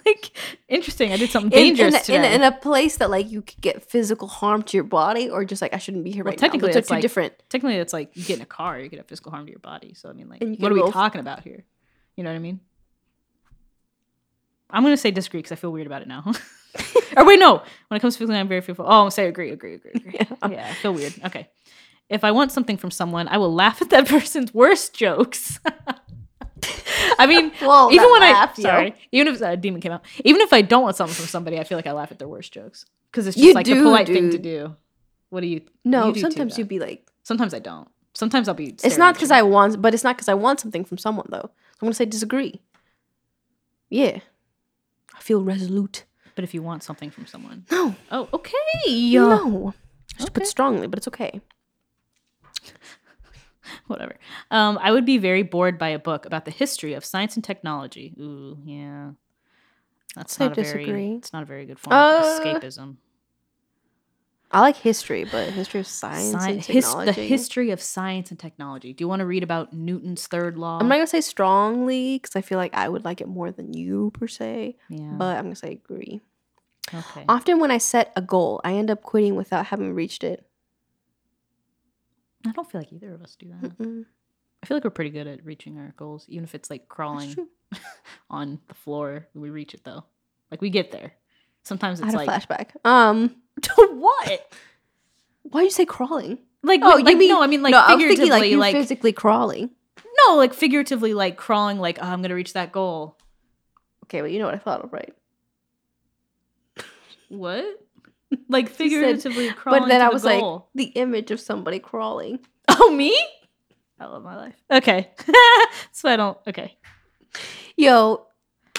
like interesting. I did something
In-
dangerous
in, a- in, a-
today.
in a place that like you could get physical harm to your body, or just like I shouldn't be here
Well,
right
technically,
now. Those are
it's
two
like-
different.
Technically, it's like you get in a car, you could have physical harm to your body. So I mean, like,
And you
what
could
are we
roll-
talking about here? You know what I mean? I'm gonna say disagree because I feel weird about it now. or wait, no. When it comes to physical, harm, I'm very fearful. Oh, I'm say agree, agree, agree, agree.
Yeah.
yeah, I feel weird. Okay. If I want something from someone, I will laugh at that person's worst jokes. I mean,
Well,
even
that
when
laugh, yo.
I sorry, even if a demon came out, even if I don't want something from somebody, I feel like I laugh at their worst jokes because it's just
You
like the
do,
polite thing to
dude.
do. What do you?
No,
do too,
sometimes
though.
you'd be like,
Sometimes I don't. Sometimes I'll be.
it's not because I want, but it's not because I want something from someone though. I'm gonna say disagree. Yeah, I feel resolute.
But if you want something from someone,
No,
oh, okay. No.
no, I should
Okay.
put strongly, but it's okay.
Whatever. Um, I would be very bored by a book about the history of science and technology. Ooh, yeah. That's
Say
not a very.
disagree.
It's not a very good form of
Uh,
escapism.
I like history, but history of science and
Science,
technology.
the history of science and technology. Do you want to read about Newton's third law?
I'm not gonna say strongly because I feel like I would like it more than you per se,
yeah.
but I'm gonna say agree.
okay.
Often when I set a goal, I end up quitting without having reached it.
I don't feel like either of us do that.
Mm-mm.
I feel like we're pretty good at reaching our goals, even if it's like crawling
true.
on the floor. We reach it though. Like we get there. Sometimes
I
it's
had a
like
flashback. Um,
to what?
why you say crawling?
Like
Oh,
oh,
you
like,
mean-
no, I mean like
no, I was
figuratively,
thinking like you
like,
physically crawling.
no, like figuratively, like crawling, like oh, I'm gonna reach that goal.
Okay, well you know what I thought of, right?
What? Like
said-
figuratively crawling.
but then
to
I
the
was
goal.
like, the image of somebody crawling.
oh me? I love my life. Okay, so I don't. Okay.
Yo,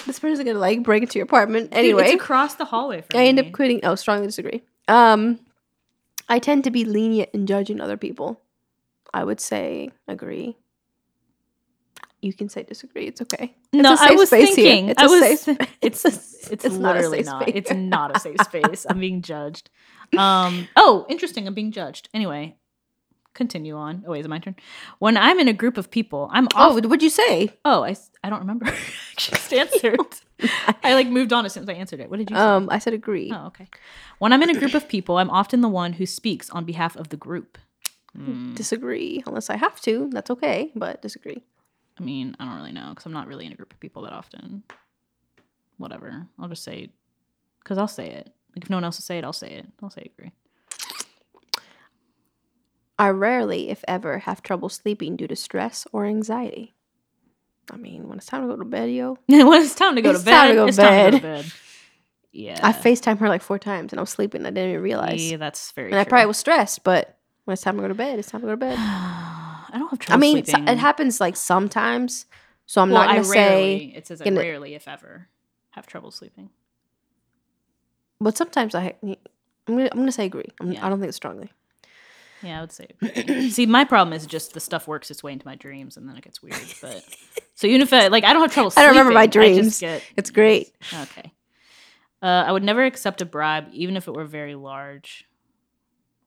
this person's gonna like break into your apartment anyway.
Dude, it's across the hallway from
I end up
me.
quitting. Oh, strongly disagree. Um, I tend to be lenient in judging other people. I would say agree. You can say disagree. It's okay.
No,
it's a
I
safe
was
space here.
thinking.
It's
I
a
was.
safe-
it's
a-
it's, literally not.
space.
It's not a safe space. I'm being judged. Um. Oh, interesting. I'm being judged. Anyway, continue on. Oh wait, is it my turn? When I'm in a group of people, I'm
Oh,
off.
what'd you say?
Oh, I s- I don't remember. I just answered. I like moved on as soon as I answered it. What did you say?
Um, I said agree.
Oh, okay. When I'm in a group of people, I'm often the one who speaks on behalf of the group. Hmm.
Disagree unless I have to. That's okay, but disagree.
I mean, I don't really know because I'm not really in a group of people that often. Whatever. I'll just say, because I'll say it. Like, if no one else will say it, I'll say it. I'll say agree.
I rarely, if ever, have trouble sleeping due to stress or anxiety. I mean, when it's time to go to bed, yo,
when it's time to go
It's
to bed,
time to go
it's time to go to
bed.
bed. Yeah.
I Facetime her like four times and I was sleeping. I didn't even realize.
Yeah, that's very.
and I probably was stressed, but when it's time to go to bed, it's time to go to bed.
I don't have
I
trouble.
mean, so-
sleeping.
it happens like sometimes, so I'm
Well,
not gonna
I
say.
rarely. It says I
gonna-
rarely, if ever, have trouble sleeping.
But sometimes I, I'm gonna, I'm gonna say agree. I'm,
Yeah.
I don't think it's strongly.
Yeah, I would say. agree. See, my problem is just the stuff works its way into my dreams, and then it gets weird. But so even if I like, I don't have trouble.
I
Sleeping,
don't remember my
I
dreams.
just get
It's great.
Okay. Uh, I would never accept a bribe, even if it were very large.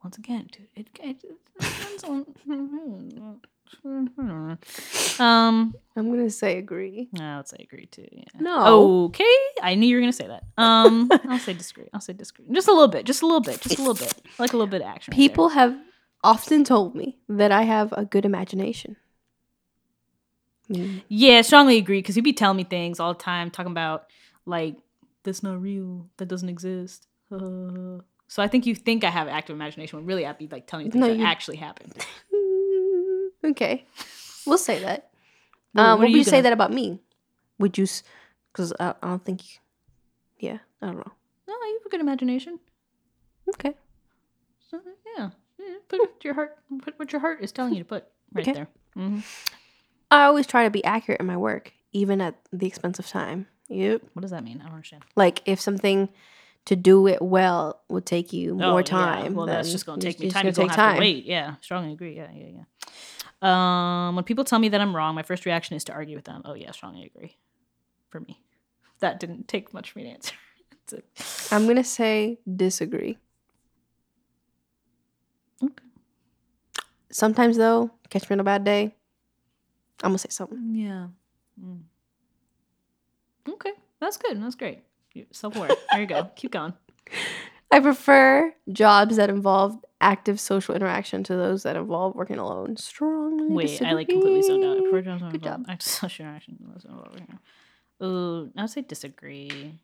Once again, dude, it, it, it depends on. um,
I'm gonna say agree.
I would say agree too. Yeah.
No.
Okay, I knew you were gonna say that. Um, I'll say disagree. I'll say disagree. Just a little bit. Just a little bit. Just a little bit. I Like a little bit of action. right there.
People have often told me that I have a good imagination. Mm.
Yeah, strongly agree because he'd be telling me things all the time, talking about like that's not real, that doesn't exist. Uh, so I think you think I have active imagination when really I'd be like telling you things
No,
that
you-
actually happened.
Mm, Okay, we'll say that.
Well,
um, what
what are
would
you
you,
gonna-
say that about me? Would you? Because I, I don't think. Yeah, I don't know.
No, you have a good imagination.
Okay.
So, yeah, yeah, put it to your heart. Put what your heart is telling you to put right
Okay.
there. Mhm.
I always try to be accurate in my work, even at the expense of time. Yep.
What does that mean? I don't understand.
Like if something to do it well would take you
Oh,
more
yeah.
time.
Well, that's
than-
just going
it's
to take me
just
time.
gonna
You don't have to wait. Yeah, strongly agree. Yeah, yeah, yeah. Um, when people tell me that I'm wrong, my first reaction is to argue with them. Oh yeah, strongly agree. For me, that didn't take much for me to answer. It's a-
I'm gonna say disagree.
Okay.
Sometimes though, catch me on a bad day. I'm gonna say something.
Yeah. Mm. Okay, that's good. That's great. Self worth. there you go. Keep going.
I prefer jobs that involve active social interaction to those that involve working alone. Strongly.
Wait, I like completely zoned out. I prefer
disagree.
jobs that
Good
involve
job.
active social interaction. That's not what we're here. Ooh, I would say disagree.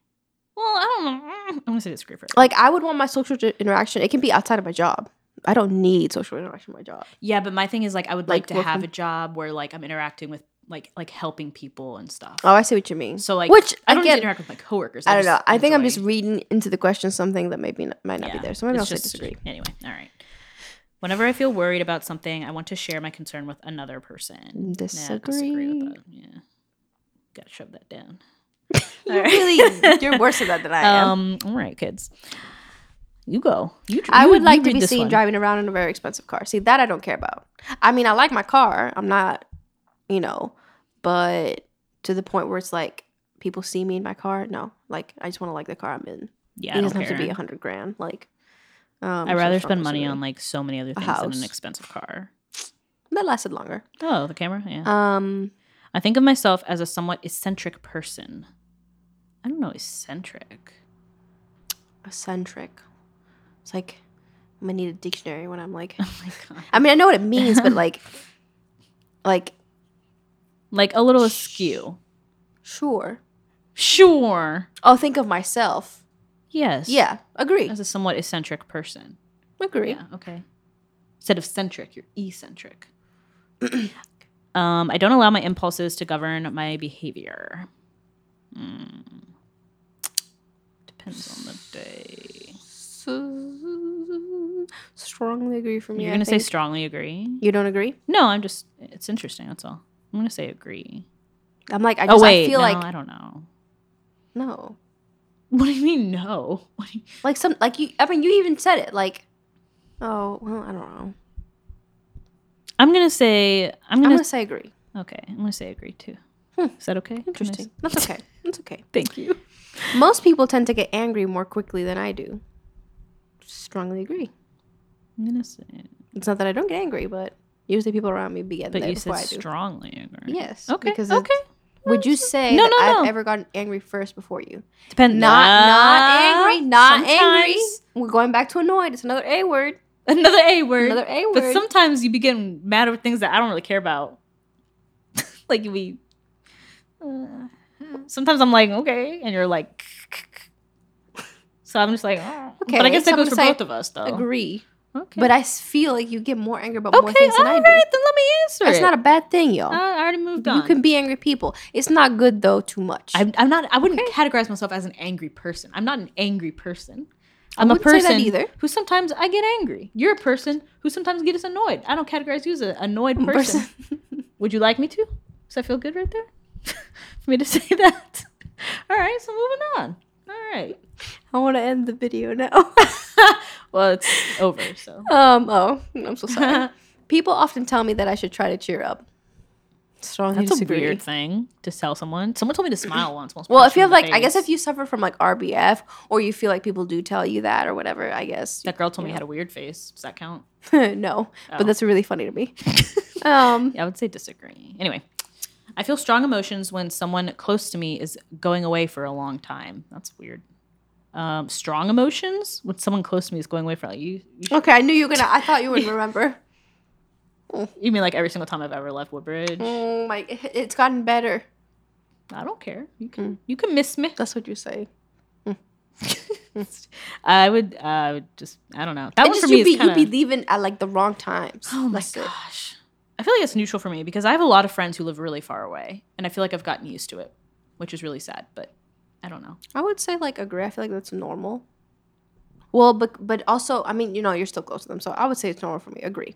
Well, I don't know. I'm gonna say disagree first.
Like I would want my social j- interaction. It can be outside of my job. I don't need social interaction in my job.
Yeah, but my thing is like I would
Like,
like, to
work
have
from-
a job where like I'm interacting with like like helping people and stuff.
Oh, I see what you mean.
So like
Which
I don't need to
again,
interact with my coworkers.
I don't know. I think I'm just
enjoy-
reading into the question something that maybe n- might not be
Yeah,
there. So maybe
it's
I'll say
just-
disagree.
Anyway, all right. Whenever I feel worried about something, I want to share my concern with another person. Nah,
Disagree.
that. Yeah, gotta shove that down.
You
All right.
really, you're worse at that than I am.
Um. All right, kids. You go. You,
I
you-
would
you
like to
read
be
this
seen
one.
driving around in a very expensive car. See, that I don't care about. I mean, I like my car. I'm not, you know, but to the point where it's like people see me in my car. No, like I just want to like the car I'm in.
Yeah,
it
I don't
doesn't have to be
care.
a hundred grand. Like, um,
I'd rather spend money on like so many other
a
things than
house.
an expensive car.
that lasted longer.
Oh, the camera. Yeah.
Um,
I think of myself as a somewhat eccentric person. I don't know, eccentric.
eccentric. It's like I'm gonna need a dictionary when I'm like.
Oh my god.
I mean, I know what it means, but like, like
Like a little askew.
sure.
Sure.
I'll think of myself.
Yes.
Yeah, agree,
As a somewhat eccentric person.
agree.
Yeah, okay. Instead of centric, you're eccentric. um, I don't allow my impulses to govern my behavior. Mm. Depends on the day.
So, strongly agree from you.
You're
I
gonna say
think.
strongly agree?
you don't agree.
No, I'm just it's interesting, that's all. I'm gonna say agree.
I'm like I just
oh wait,
I feel
no,
like
I don't know.
no,
What do you mean no? What do you-
like some like you. I mean, you even said it like, oh well, I don't know.
I'm gonna say I'm
I'm
gonna,
gonna say agree.
okay. I'm gonna say agree too.
Hmm.
Is that okay? Can I s-
Interesting. That's okay. That's okay.
Thank you.
Most people tend to get angry more quickly than I do. Strongly agree.
I'm gonna say,
It's not that I don't get angry, but usually people around me be getting
but
there
you
before
said
I do.
strongly. Agree.
Yes.
Okay.
Because
okay.
Would you say
No,
that
no,
I've
no.
ever gotten angry first before you?
Depend.
Not not angry. Not angry.
sometimes-
We're going back to annoyed. It's another A word.
Another A word.
Another A word.
But sometimes you be getting mad over things that I don't really care about. like you be.
Uh-huh.
uh, sometimes I'm like okay, and you're like. So I'm just like, oh.
Okay,
but I guess
so
that
I'm
goes for
gonna say
both of us, though.
agree.
Okay.
But I s- feel like you get more angry about
okay,
more things than I
alright,
do.
then let me answer
That's
it. Uh,
not a bad thing, y'all.
I I already moved on.
you can be angry people. It's not good though. Too much.
I'm, I'm not. I wouldn't categorize myself as an angry person. I'm not an angry person.
I
I'm a
wouldn't say
person
that either.
who sometimes I get angry. You're a person who sometimes gets annoyed. I don't categorize you as an annoyed person. Would you like me to? Does that feel good right there? For me to say that. All right. So moving on. All right.
I want to end the video now.
well, it's over. So.
um. Oh, I'm so sorry. people often tell me that I should try to cheer up. Strongly
That's a
disagree.
weird thing to tell someone. Someone told me to smile once. once
Well,
punched
if you
me
have
in the
like, I guess
face.
if you suffer from like RBF or you feel like people do tell you that or whatever, I guess.
that girl told me I had a weird face. Does that count?
no,
Oh.
but that's really funny to me. um,
I would say disagree. Anyway, I feel strong emotions when someone close to me is going away for a long time. That's weird. Um, strong emotions when someone close to me is going away for like you. You, should-
okay, I knew you were gonna. I thought you would remember.
you mean like every single time I've ever left Woodbridge?
Oh my! It's gotten better.
I don't care. You
Mm.
can you can miss me.
That's what you say.
I would uh, I would just I don't know. That
And
one for
just
me
you be
is kind
you be
of
leaving at like the wrong times.
oh my
That's it.
gosh. I feel like it's neutral for me because I have a lot of friends who live really far away, and I feel like I've gotten used to it, which is really sad. But I don't know.
I would say like agree. I feel like that's normal. Well, but but also, I mean, you know, you're still close to them, so I would say it's normal for me. Agree.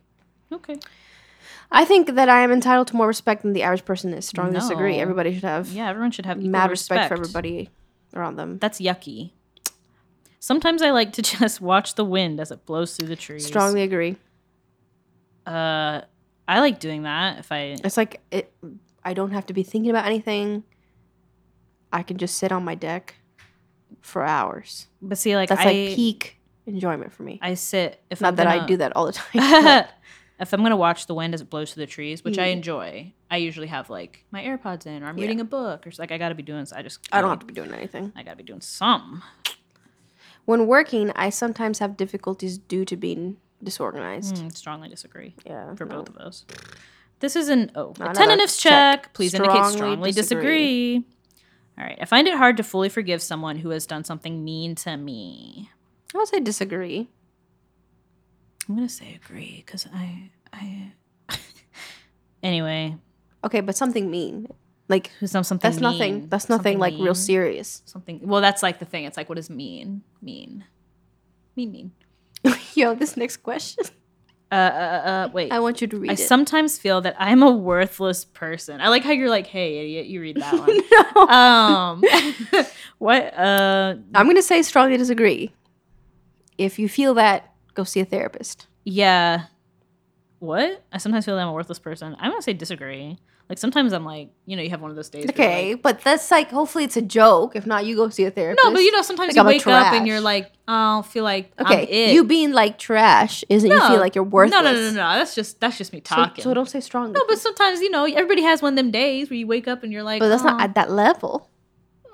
Okay.
I think that I am entitled to more respect than the average person is. Strongly disagree.
No.
Everybody should have
Yeah, everyone should have equal
mad respect for everybody around them.
That's yucky. Sometimes I like to just watch the wind as it blows through the trees.
Strongly agree.
Uh, I like doing that if I.
It's like it. I don't have to be thinking about anything. I can just sit on my deck for hours.
But see, like
That's
I,
like peak enjoyment for me.
I sit if
Not
I'm
that I
gonna-
do that all the time. but-
if I'm gonna watch the wind as it blows through the trees, which I
Mm.
enjoy, I usually have like my AirPods in, or I'm
Yeah.
reading a book, or s- like I gotta be doing. s- I just
I don't have to be doing anything.
I gotta be doing some.
When working, I sometimes have difficulties due to being disorganized.
Mm, strongly disagree
Yeah.
for
no.
both of us. This is an O.
No, no,
a
no,
tentatives
check.
check. Please indicate
Strongly
strongly
disagree.
disagree. All right. I find it hard to fully forgive someone who has done something mean to me.
I would say disagree.
I'm gonna say agree because I I. anyway,
Okay, but something mean. Like
who's done something?
that's nothing.
mean,
That's nothing
something
like real
mean.
serious.
something well that's like the thing it's like what does mean mean mean mean
Yo, this next question.
uh uh uh, uh wait
I want you to read
I
it.
sometimes feel that I'm a worthless person. I like how you're like, "Hey, idiot, you read that
no.
one." um, what? Uh,
I'm gonna say strongly disagree. If you feel that, go see a therapist.
yeah. What? I sometimes feel that I'm a worthless person. I'm gonna say disagree. Like sometimes I'm like, you know, you have one of those days. where you're
Okay,
like-
but that's like hopefully it's a joke. If not, you go see a therapist.
no, but you know, sometimes
Like,
you
I'm a
wake up
trash.
and you're like, I don't feel like I'm
okay,
it."
you being like trash isn't you feel
No.
like you're worthless.
No, no, no, no, no. That's just that's just me
So-
talking.
So, don't say strongly.
No, but sometimes you know everybody has one of them days where you wake up and you're like,
but that's not
"Oh,
at that level.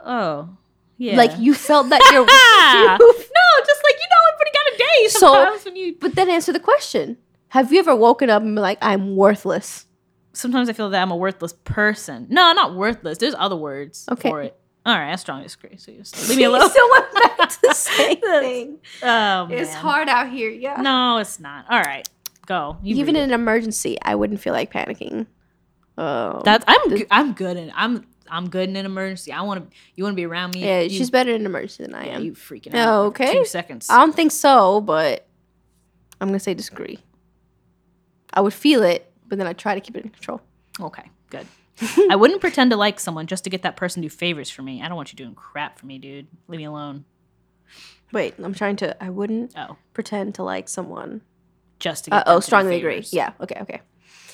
oh, yeah,
Like you felt that you're. you-
no, just like you know everybody got a day
So-
sometimes when you.
but then answer the question: Have you ever woken up and been like, "I'm worthless"?
Sometimes I feel that I'm a worthless person. No, not worthless. There's other words
Okay.
for it. All right, I strongly disagree. So you just leave me alone.
so went back to the same
That's-
thing.
oh,
It's
man.
hard out here. Yeah.
No, it's not. All right, go. You
Even
read
in an emergency, I wouldn't feel like panicking. Um,
it. that's I'm go- I'm good in I'm I'm good in an emergency. I want to you want to be around me.
yeah,
you,
she's better in an emergency than I
yeah,
am.
you freaking
No,
out. for
okay.
Two seconds.
I don't think so, but I'm gonna say disagree. I would feel it, but then I try to keep it in control.
Okay, good. I wouldn't pretend to like someone just to get that person to do favors for me. I don't want you doing crap for me, dude. Leave me alone.
Wait, I'm trying to. I wouldn't
Oh,
pretend to like someone.
just to get.
Uh oh,
them to do
strongly agree.
favors.
Yeah. Okay. Okay.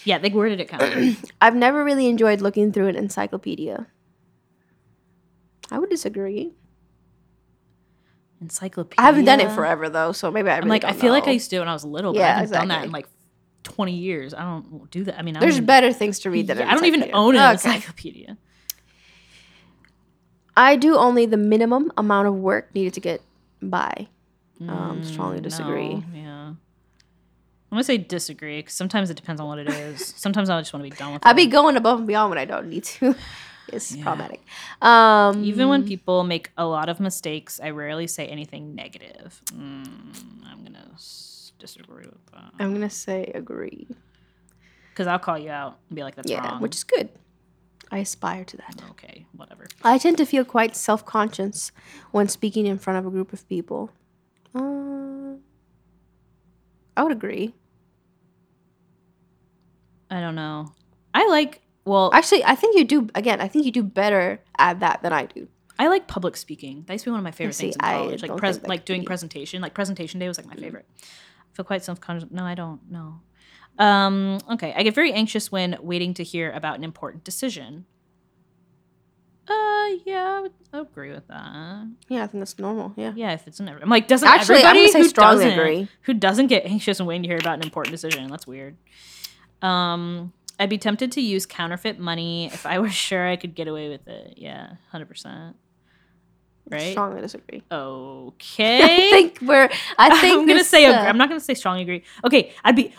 yeah. They worded it kind of.
I've never really enjoyed looking through an encyclopedia. I would disagree.
Encyclopedia.
I haven't done it forever though, so maybe I.
I'm
really
like, I
don't
feel like I
know.
used to do it when I was little, but I
Yeah,
haven't done that
exactly.
in like 20 years. I don't do that. I mean, I
There's
don't,
better things to read than.
yeah,
an
I don't even
encyclopedia.
own an
Okay.
encyclopedia.
I do only the minimum amount of work needed to get by. Um,
Mm,
strongly
no,
disagree.
Yeah. I'm gonna say disagree because sometimes it depends on what it is. Sometimes I just want to be done with.
I be
it.
going above and beyond when I don't need to. it's
Yeah.
problematic. Um,
Even when people make a lot of mistakes, I rarely say anything negative. Mm, I'm gonna s- disagree with that
I'm gonna say agree.
because I'll call you out and be like, "That's
yeah,
wrong."
which is good. I aspire to that.
okay, whatever.
I tend to feel quite self-conscious when speaking in front of a group of people. Uh, I would agree.
I don't know. I like well, I,
Actually, I think you do. Again, I think you do better at that than I do.
like public speaking. That used to be one of my favorite
see,
things in
I
college.
don't
Like pres-
think that
like
could
doing
be- Mm.
presentation. Like presentation day was like my favorite. I feel quite self-conscious. No, I don't. No. Um. Okay. I get very anxious when waiting to hear about an important decision. Uh. Yeah. I would I would agree with that.
Yeah, I think that's normal. Yeah.
Yeah, if it's in every, I'm like, doesn't
Actually, I'm
everybody
gonna say
who
strongly
doesn't,
agree.
who doesn't get anxious and waiting to hear about an important decision? That's weird. Um, I'd be tempted to use counterfeit money if I were sure I could get away with it. Yeah, hundred percent. Right.
Strongly disagree.
Okay.
I think we're. I think
am gonna
this,
say.
uh,
ag- I'm not gonna say strongly agree. Okay, I'd be.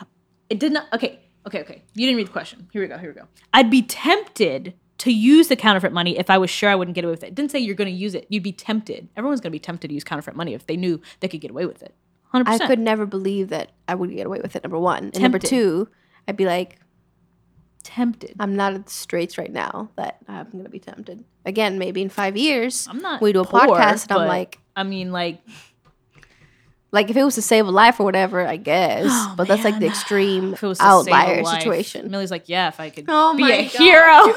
It did not. Okay. Okay. Okay. You didn't read the question. Here we go. Here we go. I'd be tempted. To use the counterfeit money if I was sure I wouldn't get away with it. It didn't say you're going to use it. You'd be tempted. Everyone's going to be tempted to use counterfeit money if they knew they could get away with it. 100%.
I could never believe that I would get away with it. Number one, and number
Tempted.
two, I'd be like,
tempted.
I'm not at the straits right now that I'm gonna be tempted again. Maybe in five years,
I'm not.
we do a
poor,
podcast, and I'm
but,
like,
I mean, like,
Like if it was to save a life or whatever, I guess.
Oh,
but that's like the
man.
extreme
If it was to save
outlier
a life,
situation.
Millie's like, yeah, if I could
Oh
be
my
a
God.
hero,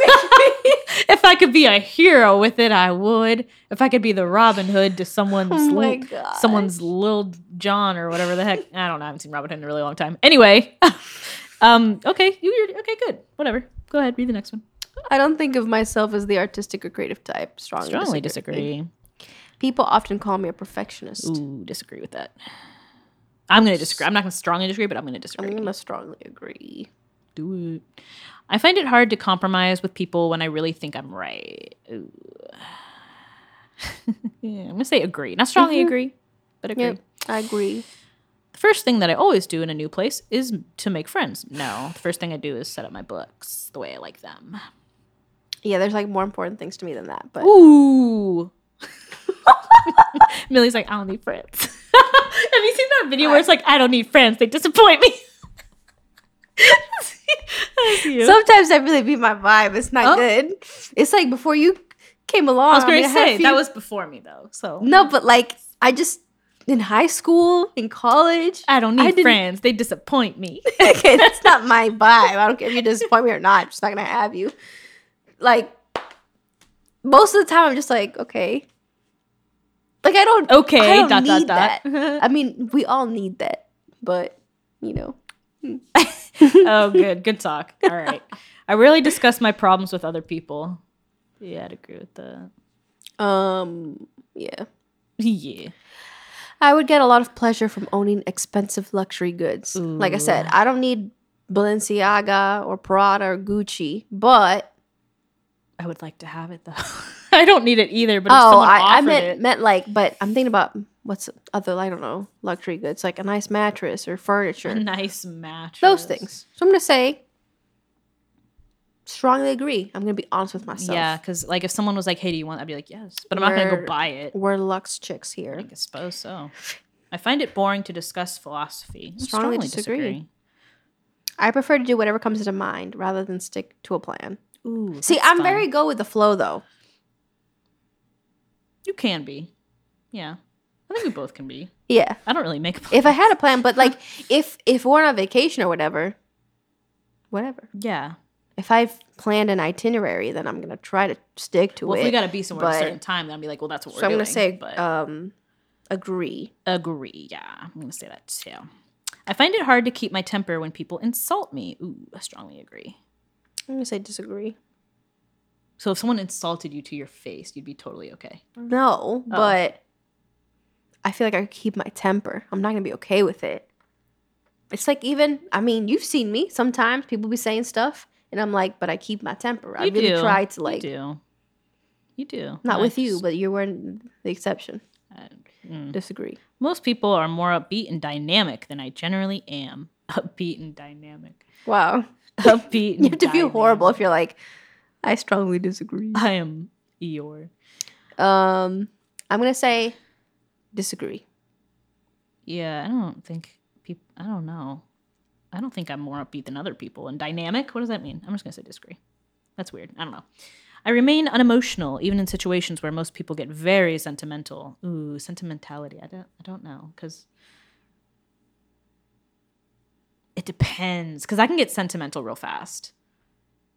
if I could be a hero with it, I would. If I could be the Robin Hood to someone's
Oh my
little, someone's little John or whatever the heck. I don't know. I haven't seen Robin Hood in a really long time. Anyway, um, okay, you, you're okay. Good, whatever. Go ahead, read the next one.
I don't think of myself as the artistic or creative type. Strongly,
Strongly
disagree.
disagree.
People often call me a perfectionist.
Ooh, disagree with that. I'm gonna disagree. I'm not gonna strongly disagree, but I'm gonna disagree.
I'm gonna strongly agree.
Do it. I find it hard to compromise with people when I really think I'm right. Ooh. yeah, I'm gonna say agree, not strongly
Mhm.
agree, but agree.
Yep, I agree.
The first thing that I always do in a new place is to make friends. No, the first thing I do is set up my books the way I like them.
Yeah, there's like more important things to me than that. But
Ooh. Millie's like, I don't need friends. Have you seen that video where it's like, I don't need friends, they disappoint me? That's you.
sometimes that really be my vibe. It's not
Oh.
good. It's like before you came along.
I was going
mean,
to
had a
say
few-
that was before me though. So
no, but like I just in high school, in college.
I don't
I
need
didn't-
friends. They disappoint me.
okay, that's not my vibe. I don't care if you disappoint me or not. I'm just not gonna have you. Like most of the time, I'm just like okay. Like I don't.
Okay,
I don't
dot
need
dot
I
dot.
mean, we all need that, but you know.
oh, good, good talk. All right. I rarely discuss my problems with other people. Yeah, I'd agree with that.
Um. Yeah.
Yeah.
I would get a lot of pleasure from owning expensive luxury goods. Like I said, I don't need Balenciaga or Prada or Gucci, but
I would like to have it though. I don't need it either, but if
oh,
someone
I, I
offered
meant
it,
meant like, but I'm thinking about what's other I don't know luxury goods like a nice mattress or furniture,
a nice mattress.
those things. So I'm gonna say, strongly agree. I'm gonna be honest with myself.
Yeah, because like if someone was like, "Hey, do you want?" I'd be like, "Yes," but I'm not gonna
We're-
go buy it.
we're luxe chicks
I
here.
suppose so. I find it boring to discuss philosophy. I
Strongly disagree. I prefer to do whatever comes into mind rather than stick to a plan.
Ooh,
See,
that's
I'm
fun.
very go with the flow though.
You can be. Yeah. I think we both can be.
Yeah.
I don't really make a plan.
if I had a plan, but like if if we're on a vacation or whatever, whatever.
Yeah.
If I've planned an itinerary, then I'm gonna try to stick to
Well,
it.
if we got to be somewhere at a
but-
certain time, then I'll be like, well, that's what
so
we're
I'm
doing.
gonna say
but
um agree.
agree. Yeah. I'm going to say that too. I find it hard to keep my temper when people insult me. Ooh, I strongly agree.
I'm gonna say disagree.
So if someone insulted you to your face, you'd be totally okay. Oh.
No, but I feel like I keep my temper. I'm not gonna be okay with it. It's like even I mean, you've seen me. Sometimes people be saying stuff and I'm like, but I keep my temper. I
You
really
do.
try to
You
like
do. You do.
not
I
with you,
just-
but you were the exception.
I- mm.
Disagree.
Most people are more upbeat and dynamic than I generally am. Upbeat and dynamic.
Wow.
Upbeat and
You have to feel horrible
dynamic.
if you're like, I strongly disagree.
I am Eeyore.
Um, I'm gonna say disagree.
Yeah, I don't think people. I don't know. I don't think I'm more upbeat than other people. And dynamic, what does that mean? I'm just gonna say disagree. That's weird. I don't know. I remain unemotional even in situations where most people get very sentimental. Ooh, sentimentality. I don't. I don't know because it depends. Because I can get sentimental real fast.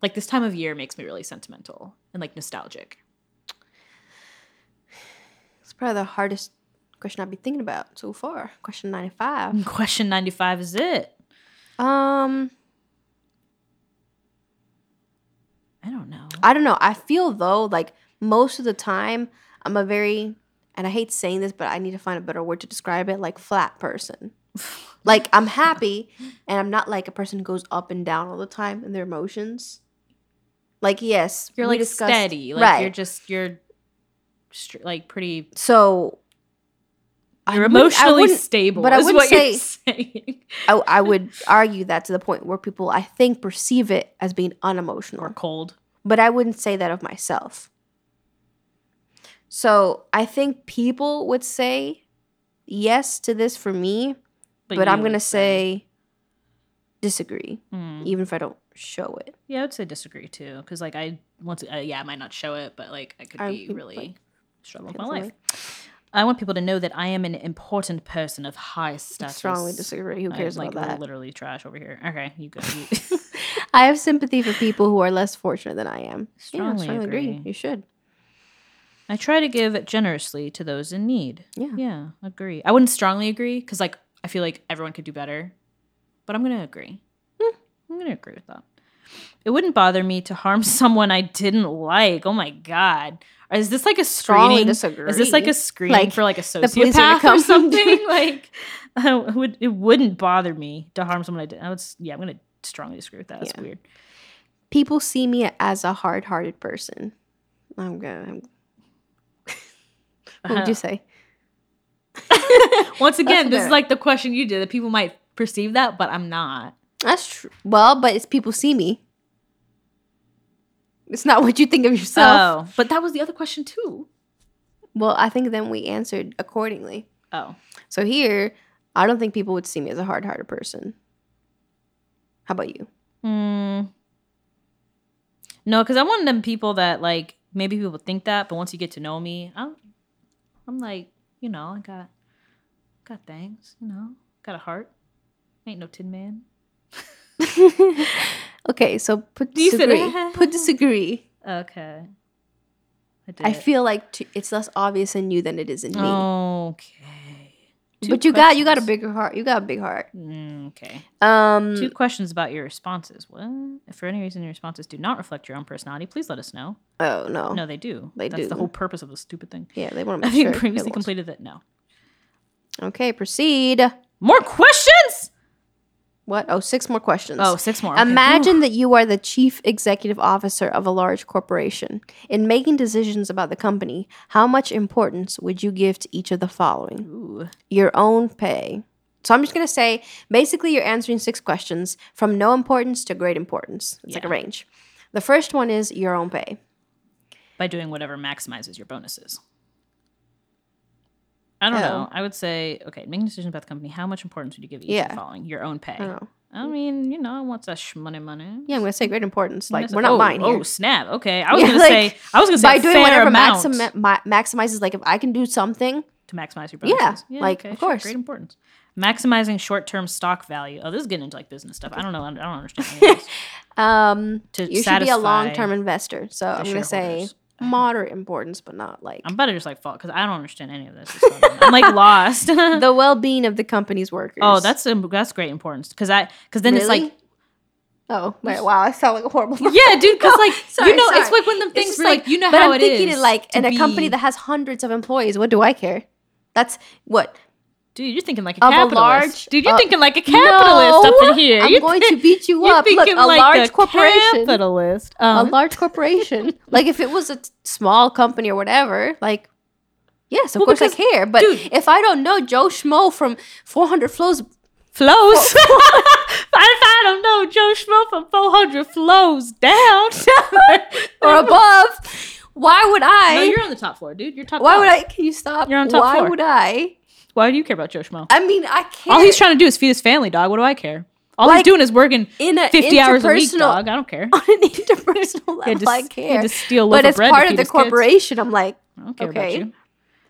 Like this time of year makes me really sentimental and like nostalgic.
It's probably the hardest question I've been thinking about so far. Question 95.
Question ninety five is it?
Um,
I don't know.
I don't know. I feel though, like most of the time, I'm a very, and I hate saying this, but I need to find a better word to describe it, like flat person. like I'm happy, and I'm not like a person who goes up and down all the time in their emotions. Like yes,
you're
we
like
discussed-
steady like you're just you're str- like pretty
So I
you're
wouldn't- I
emotionally
wouldn't-
stable
but
but
I
I is
wouldn't
what you're saying
I, I would argue that to the point where people I think perceive it as being
or
unemotional,
cold
but I wouldn't say that of myself. So I think people would say yes to this for me, but,
you
I'm
would
gonna say disagree,
Mm.
even if I don't show it.
yeah i would say disagree too because like i once uh, yeah i might not show it but like i could
I
be
would,
really
like,
struggling
feel
with my life I want people to know that I am an important person of high status.
Strongly disagree. Who cares
I'm,
about that?
Literally trash over here. Okay, you go. You.
I have sympathy for people who are less fortunate than I am.
Strongly agree.
You should.
I try to give generously to those in need.
Yeah.
Yeah, agree. I wouldn't strongly agree because, like, I feel like everyone could do better, but I'm gonna agree.
Hmm.
I'm gonna agree with that. It wouldn't bother me to harm someone I didn't like. Oh my god, is this like a
Strongly
screening?
disagree.
Is this like a screening
Like,
for like a
police are gonna
sociopath or
come.
something? like, I would it wouldn't bother me to harm someone I did. I would, s- yeah, I'm gonna strongly disagree with that. That's
Yeah.
weird.
people see me as a hard-hearted person? I'm gonna. I'm- what would you say?
Once again, this
fair.
is like the question you did that people might perceive that, but I'm not.
That's true. Well, but it's people see me. It's not what you think of
So,
yourself.
Oh, but that was the other question too.
Well, I think then we answered accordingly.
Oh,
So here, I don't think people would see me as a hard-hearted person. How about you?
mm. no, because I'm one of them people that like maybe people think that, but once you get to know me, I'm, I'm like, you know, I got, got things, you know, got a heart. Ain't no Tin Man.
okay, so put
You said-
disagree. put disagree.
Okay, did
I
it.
feel like t- it's less obvious in you than it is in me.
Oh, Okay, Two
but you got you got a
questions.
bigger heart. You got a big heart.
Mm, okay.
Um,
Two questions about your responses. What? If for any reason your responses do not reflect your own personality, please let us know.
oh no,
No, they do.
They
That's the
do.
whole purpose of the stupid thing.
yeah, they want to
I
make sure.
think previously
it was-
completed that. No.
Okay, proceed.
More questions?
What? Oh, six more questions.
Oh, six more. okay.
Imagine that you are the chief executive officer of a large corporation. In making decisions about the company, how much importance would you give to each of the following?
Ooh.
Your own pay. So I'm just going to say basically you're answering six questions from no importance to great importance. It's like a
Yeah.
range. The first one is your own pay.
By doing whatever maximizes your bonuses. I don't
Oh.
know. I would say, okay, making decisions about the company, how much importance would you give each of
Yeah.
the following? Your own pay.
I don't know.
I mean, you know, I want that sh- money, money.
Yeah, I'm going to say great importance. Like,
Yes.
we're not
oh,
mine here.
Oh, snap. Okay. I was
Yeah,
going
like,
to say, I was going to say,
By doing whatever
amount
maximi- ma- maximizes, like, if I can do something,
to maximize your
Yeah,
bonuses.
like, of
sure,
course.
great importance. Maximizing short-term stock value. Oh, this is getting into like business stuff. I don't know. I don't understand. any of this.
um,
To
you should be a
satisfy
long-term investor. So
the
I'm going to say
shareholders.
moderate importance, but not like
I'm about to just like fall because I don't understand any of this. I'm like lost.
the well-being of the company's workers.
oh, that's um, that's great importance because I because then it's
Really?
like
oh right, wow, I sound like a horrible.
yeah, dude. Because like
Oh, sorry,
you know, it's
sorry.
like one of them
It's
things
just
where like, you know
but
how
I'm
it
thinking
is
it like
to
in a company
be-
that has hundreds of employees. What do I care? That's what
dude, you're thinking like a
of a
capitalist.
large-
dude, you're
uh,
thinking like a capitalist up in here.
I'm
You're
going
thi-
to beat you
you're
up. Look, a
thinking like
large corporation.
Capitalist.
a
Um,
large corporation. like if it was a t- small company or whatever, like yes, of
Well,
course I
because-
care. But
dude.
if I don't know Joe Schmo from 400 flows,
flows. if I don't know Joe Schmo from 400 flows down
or above, why would I?
No, you're on the top floor, dude. You're top.
why would
dog.
I? Can you stop?
You're on top
why
floor.
would I?
Why do you care about Joe Schmo?
I mean, I can't.
All he's trying to do is feed his family, dog. What do I care? All
Like,
he's doing is working
in a
50 hours a week,
interpersonal-
dog. I don't care.
on an interpersonal level,
He had to,
I
s- he had
care.
to steal a loaf
But
of
as
bread to
part of
feed
the
his kids.
corporation, I'm like,
I don't care
Okay.
about you.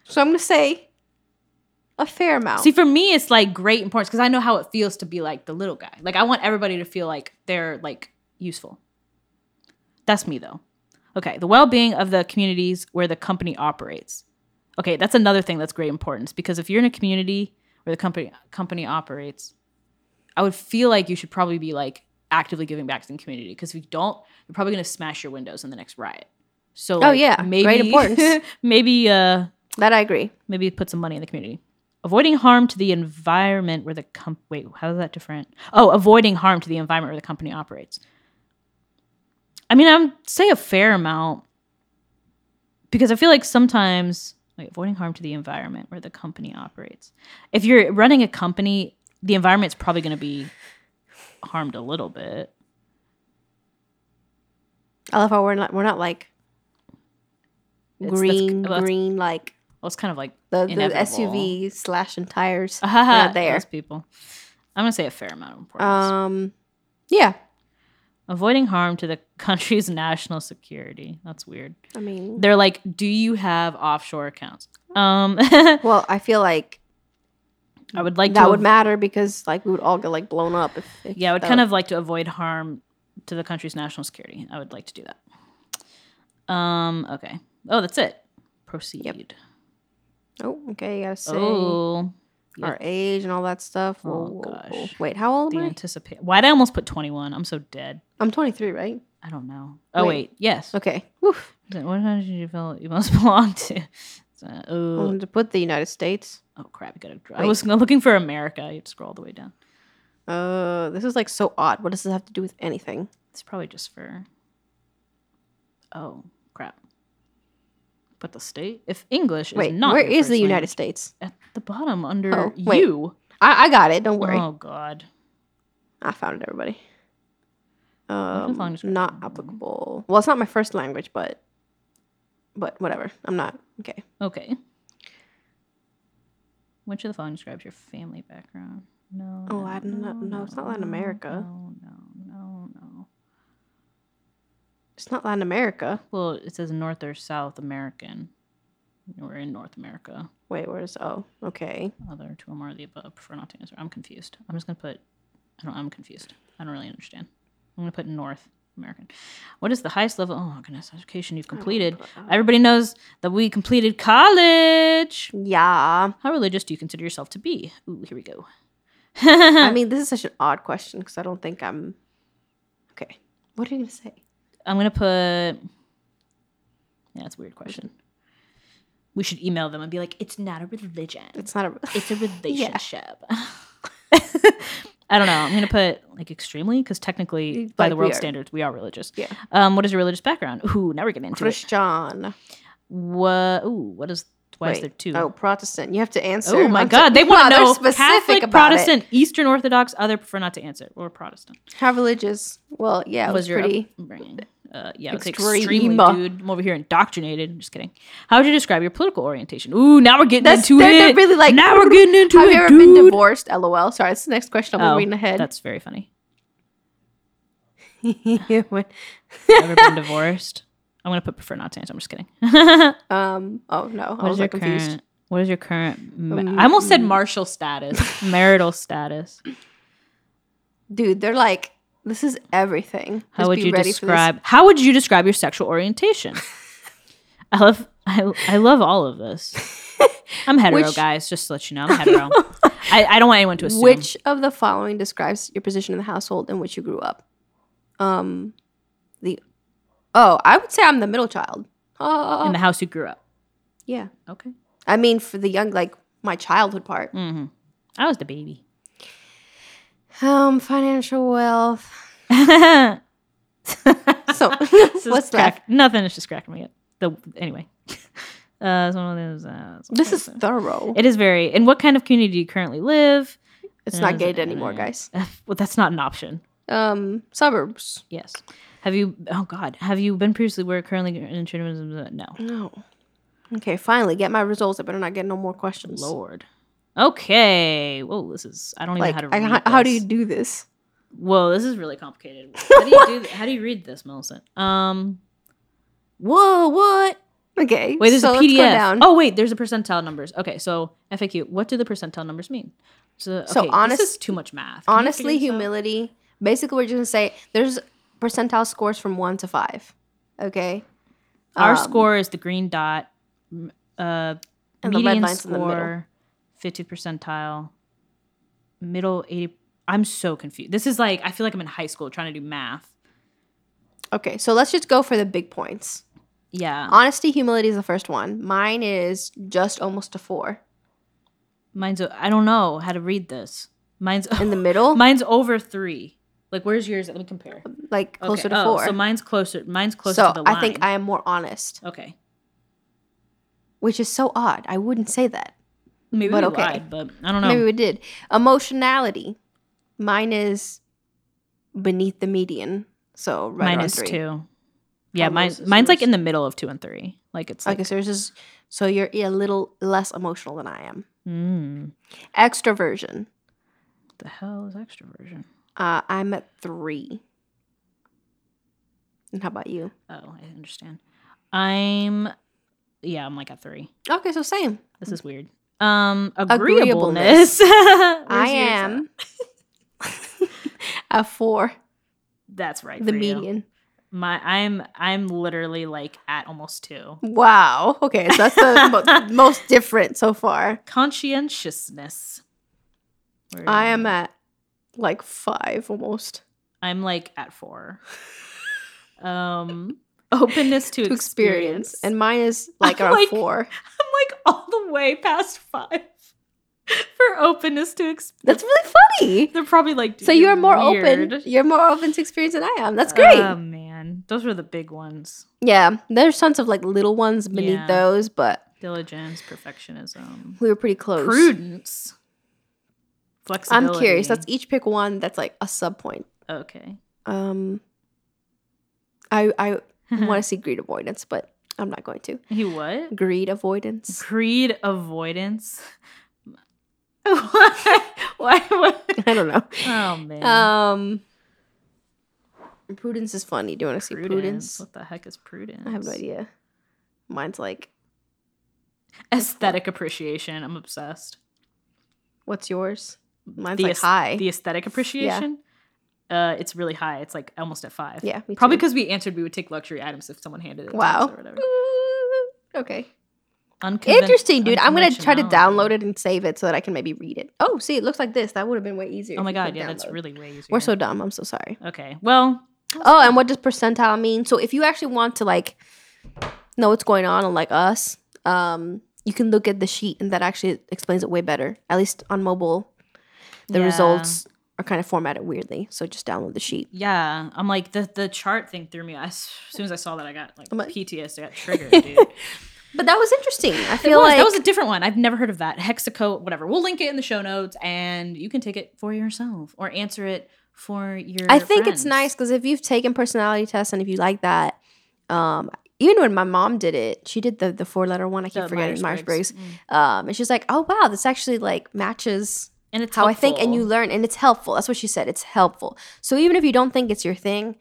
so I'm gonna say a fair amount.
See, for me, it's like great importance because I know how it feels to be like the little guy. Like I want everybody to feel like they're like useful. That's me though. Okay, the well-being of the communities where the company operates. Okay, that's another thing that's great importance because if you're in a community where the company company operates, I would feel like you should probably be like actively giving back to the community because if you don't, you're probably gonna smash your windows in the next riot. So like,
Oh, yeah. Great
maybe
importance.
maybe uh
that I agree.
maybe put some money in the community. Avoiding harm to the environment where the com- wait, how is that different? Oh, avoiding harm to the environment where the company operates. I mean, I'm say a fair amount because I feel like sometimes wait, avoiding harm to the environment where the company operates. If you're running a company, the environment's probably going to be harmed a little bit.
I love how we're not we're not like
It's- that's-
green,
well, that's-
green like
Well, it's kind of like
the, the
Inevitable.
SUV slashing tires.
ah,
there.
those people. I'm going to say a fair amount of importance.
Um, yeah.
avoiding harm to the country's national security. That's weird.
I mean,
They're like, do you have offshore accounts? Um,
Well, I feel like
I would like
that
to
would
av-
matter because like we would all get like blown up. If, if
Yeah, I would
that
kind of like to avoid harm to the country's national security. I would like to do that. Um, okay. Oh, that's it. Proceed.
Oh, okay. You gotta say
Oh, yeah.
our age and all that stuff. Whoa,
Oh,
whoa, whoa.
gosh.
Wait, how old
the
am I?
anticipate. Why did I almost put 21? I'm so dead.
I'm 23, right?
I don't know. Oh,
Wait.
wait. Yes.
Okay. Oof.
What country do you feel you most belong to? So,
I
oh,
wanted to put the United States.
oh, crap. You gotta, I
Wait.
was looking for America. You scroll all the way down.
Uh, this is like so odd. What does this have to do with anything?
It's probably just for. Oh crap! But the state, if English is
Wait,
not
where
your
is the
first
United
language-
States?
At the bottom under
Oh, wait.
you.
I, I got it. Don't worry.
Oh god.
I found it, everybody.
if
Um,
language groups
not
are-
applicable. Well, it's not my first language, but but whatever. I'm not okay.
Okay. Which of the following describes your family background? No.
Oh,
no,
Latin-
No,
no, it's not Latin
no,
America.
No, no, no, no.
It's not Latin America.
Well, it says North or South American. We're in North America.
Wait, where's oh okay.
Other two or more of the above. Prefer not to answer. I'm confused. I'm just gonna put. I don't. I'm confused. I don't really understand. I'm gonna put North American. What is the highest level? Oh my goodness, education you've completed.
Oh,
Everybody knows that we completed college.
Yeah.
How religious do you consider yourself to be? Ooh, here we go.
I mean, this is such an odd question because I don't think I'm okay. What are you gonna say?
I'm gonna put. Yeah, that's a weird question. We should email them and be like, "It's not a religion.
It's not a.
It's a relationship." I don't know. I'm gonna put like extremely because technically, by
Like,
the
we
world
are.
standards, we are religious.
Yeah.
Um, what is your religious background? Ooh, now we're getting into it.
Christian.
What? Ooh, what is? Why is
Wait.
there two?
Oh, Protestant. You have to answer.
Oh my
I'm so-
God! They
Wow,
want to
they're
know
specific
Catholic,
about it.
Protestant, Eastern Orthodox. Other prefer not to answer. Or Protestant.
How religious? Well, yeah, it was,
was your
pretty.
upbringing? Uh, yeah, it was
Extreme.
extremely, dude. I'm over here indoctrinated. I'm just kidding. How would you describe your political orientation? Ooh, now we're getting
That's
into
they're, they're
it.
really like.
now we're getting into
have
it,
you ever
dude.
been divorced? LOL. Sorry, that's the next question. I'm
Oh,
reading ahead.
That's very funny.
When-
Ever been divorced? I'm gonna put prefer not to answer. I'm just kidding. what
um. Oh no, I
is
was
your
like, confused.
current? What is your current? ma- I almost said martial status, marital status.
Dude, they're like, this is everything.
How
Just
would
be
you
ready for this.
describe? How would you describe your sexual orientation? I love, I, I love all of this. I'm hetero,
Which-
guys. Just to let you know, I'm hetero. I, I don't want anyone to assume.
Which of the following describes your position in the household in which you grew up? Um, the oh, I would say I'm the middle child. Oh,
in the house you grew up?
yeah.
Okay.
I mean, for the young, like my childhood part.
hmm I was the baby.
Um, financial wealth.
so
So what's left?
Nothing. It's just cracking me up. The anyway. Uh, it's one of those. Uh, it's one
This
of
is
those-
thorough.
It is very. In what kind of community do you currently live?
it's
Yeah,
not
it's-
gated anymore,
uh,
guys.
Well, that's not an option.
Um, suburbs.
Yes. Have you? Oh God. Have you been previously where currently in Trinidad? No.
No. Okay, finally get my results. I better not get no more questions.
Lord. Okay. Whoa. This is. I don't even
Like,
know how to
I,
read.
how, how do
this.
you do this?
Whoa, this is really complicated. How do you do? th- how do you read this, Millicent? Um. Whoa, what?
Okay.
Wait, there's
so
a
let's go
PDF.
down.
Oh, wait, there's a percentile numbers. Okay, so FAQ. What do the percentile numbers mean? So, okay,
So honest-
this is too much math. Can you
honestly
figure this out?
humility basically we're just gonna say there's percentile scores from one to five okay
Our
Um,
score is the green dot. m- Uh,
And the red
median
line's in the middle.
score, fifty percentile, middle eighty. I'm so confused. This is like I feel like I'm in high school trying to do math.
okay so let's just go for the big points
Yeah,
honesty humility is the first one mine is just almost a four
mine's. o- I don't know how to read this. Mine's
in the middle
mine's over three. Like where's yours? Let me compare.
like closer
Okay,
to
oh,
four
So mine's closer. Mine's closer
So
to the line.
i think i am more honest
Okay.
which is so odd i wouldn't say that
Maybe
But
we
okay.
lied, but I don't know.
maybe we did emotionality mine is beneath the median so right
mine
around
is
three.
two. Yeah,
Almost
mine,
as
mine's like
yours.
in the middle of two and three. Like it's like,
okay so yours is so you're a little less emotional than i am
mm,
extroversion
the hell is extroversion?
uh, i'm at three and how about you
Oh, I understand. I'm yeah, I'm like a three.
Okay, so same.
This is weird. Um,
Agreeableness.
agreeableness. Where's
I
yours at?
am a four,
That's right.
the
for you.
median.
My, I'm, I'm literally like at almost two.
Wow. Okay, so that's the mo- most different so far.
Conscientiousness. Where
I
you
am at like five almost.
I'm like at four. um, openness to,
to
experience.
experience, and mine is like
I'm
around
like-
four.
I'm like all the way past five for openness to experience.
That's really funny.
They're probably like.
So you
"You're
are more
weird."
open. You're more open to experience than I am. That's great.
Oh man, those were the big ones.
yeah, there's tons of like little ones beneath
Yeah.
those, but
Diligence, perfectionism,
we were pretty close.
prudence, flexibility.
I'm curious. Let's each pick one that's e- like a sub point.
okay.
Um, I I
Mm-hmm.
want to see greed avoidance, but I'm not going to.
he what?
Greed avoidance.
Creed avoidance. Why? Why? what?
I don't know.
Oh man.
Um, prudence is funny. Do you want to see prudence?
What the heck is prudence?
I have no idea. Mine's like,
Aesthetic appreciation. I'm obsessed.
what's yours? Mine's
the
like
aes-
high.
The aesthetic appreciation. Uh, it's really high. It's like almost at five.
yeah, me
Probably
too.
because we answered, we would take luxury items if someone handed it. to us
Wow.
Or whatever.
Ooh, Okay.
Unconven-
Interesting, dude. I'm gonna try to download
unconventionality.
it and save it so that I can maybe read it. Oh, see, it looks like this. That would have been way easier.
Oh
if
my
you
god,
could
yeah, that's
download.
really way easier.
We're so dumb. I'm so sorry.
okay. Well,
Oh, and what does percentile mean? So if you actually want to like know what's going on, like us, um, you can look at the sheet, and that actually explains it way better. At least on mobile, the
yeah.
results are kind of formatted weirdly. So just download the sheet.
Yeah, I'm like the the chart thing threw me. I, as soon as I saw that, I got like
I'm like-
PTSD. I got triggered, dude.
But that was interesting. I
It
feel
was.
like
that was a different one. I've never heard of that. Hexaco, whatever. We'll link it in the show notes and you can take it for yourself or answer it for your
I think it's
friends.
nice because if you've taken personality tests and if you like that, um, even when my mom did it, she did the the four letter one. I keep
The
forgetting Myers Briggs.
Mm.
Um, and she's like, "Oh wow, this actually like matches
And it's
how I think," and
helpful.
you learn, and it's helpful. That's what she said. It's helpful. So even if you don't think it's your thing,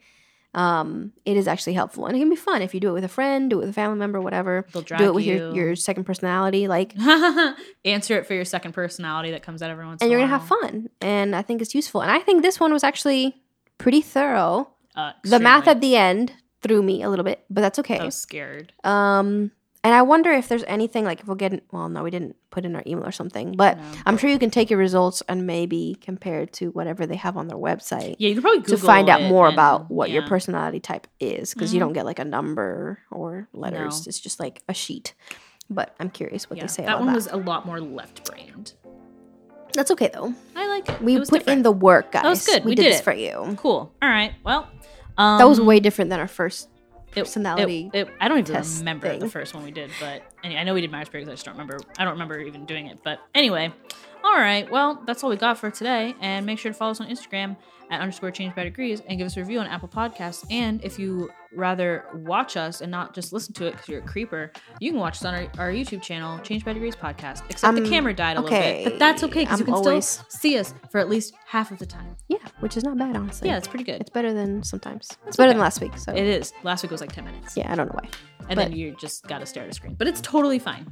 um, it is actually helpful, and it can be fun if you do it with a friend, do it with a family member, whatever.
They'll drag
Do it with
you.
your your second personality, like,
answer it for your second personality that comes out every once
and
in a
you're gonna have
while.
fun. And I think it's useful. And I think this one was actually pretty thorough.
Uh,
the math
extremely.
at the end threw me a little bit, but that's okay.
I was scared.
Um, and I wonder if there's anything like if we'll get. Well, no, we didn't put in our email or something, but
No.
I'm sure you can take your results and maybe compare it to whatever they have on their website
Yeah, you could probably Google
to find out
it
more
and-
about what your
yeah. Mm-hmm.
personality type is, because you don't get like a number or letters.
No.
It's just like a sheet. But I'm curious what
Yeah,
they say
that
about
one
that.
was a lot more left-brained.
That's okay though.
I like it.
We
It
put
was
in
different.
the work, guys.
was good.
We,
We
did,
did
this
it.
for you.
cool. All right. Well, um,
that was way different than our first
it-
personality
It, it- I don't even
test
remember the
thing.
first one we did, but and I know we did Myers Briggs. I just don't remember. I don't remember even doing it. But anyway, all right. Well, that's all we got for today. And make sure to follow us on Instagram at underscore change by degrees and give us a review on Apple Podcasts. And if you rather watch us and not just listen to it because you're a creeper, you can watch us on our, our YouTube channel, Change by Degrees Podcast. Except the
I'm-
camera died a little bit,
Um, okay,
but that's okay because you
I'm
can
always-
still see us for at least half of the time.
Yeah, which is not bad, honestly.
Yeah, it's pretty good.
It's better than sometimes. It's better
okay.
than last week. So
It is. Last week was like ten minutes.
yeah, I don't know why.
and then
But-
you just got to stare at a screen. But it's totally fine.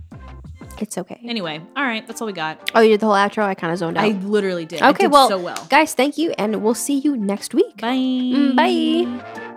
It's okay.
Anyway, all right, that's all we got.
Oh, you did the whole outro. I kind of zoned out.
I literally did. I
okay,
did
well,
so well.
guys, thank you, and we'll see you next week.
Bye.
Bye.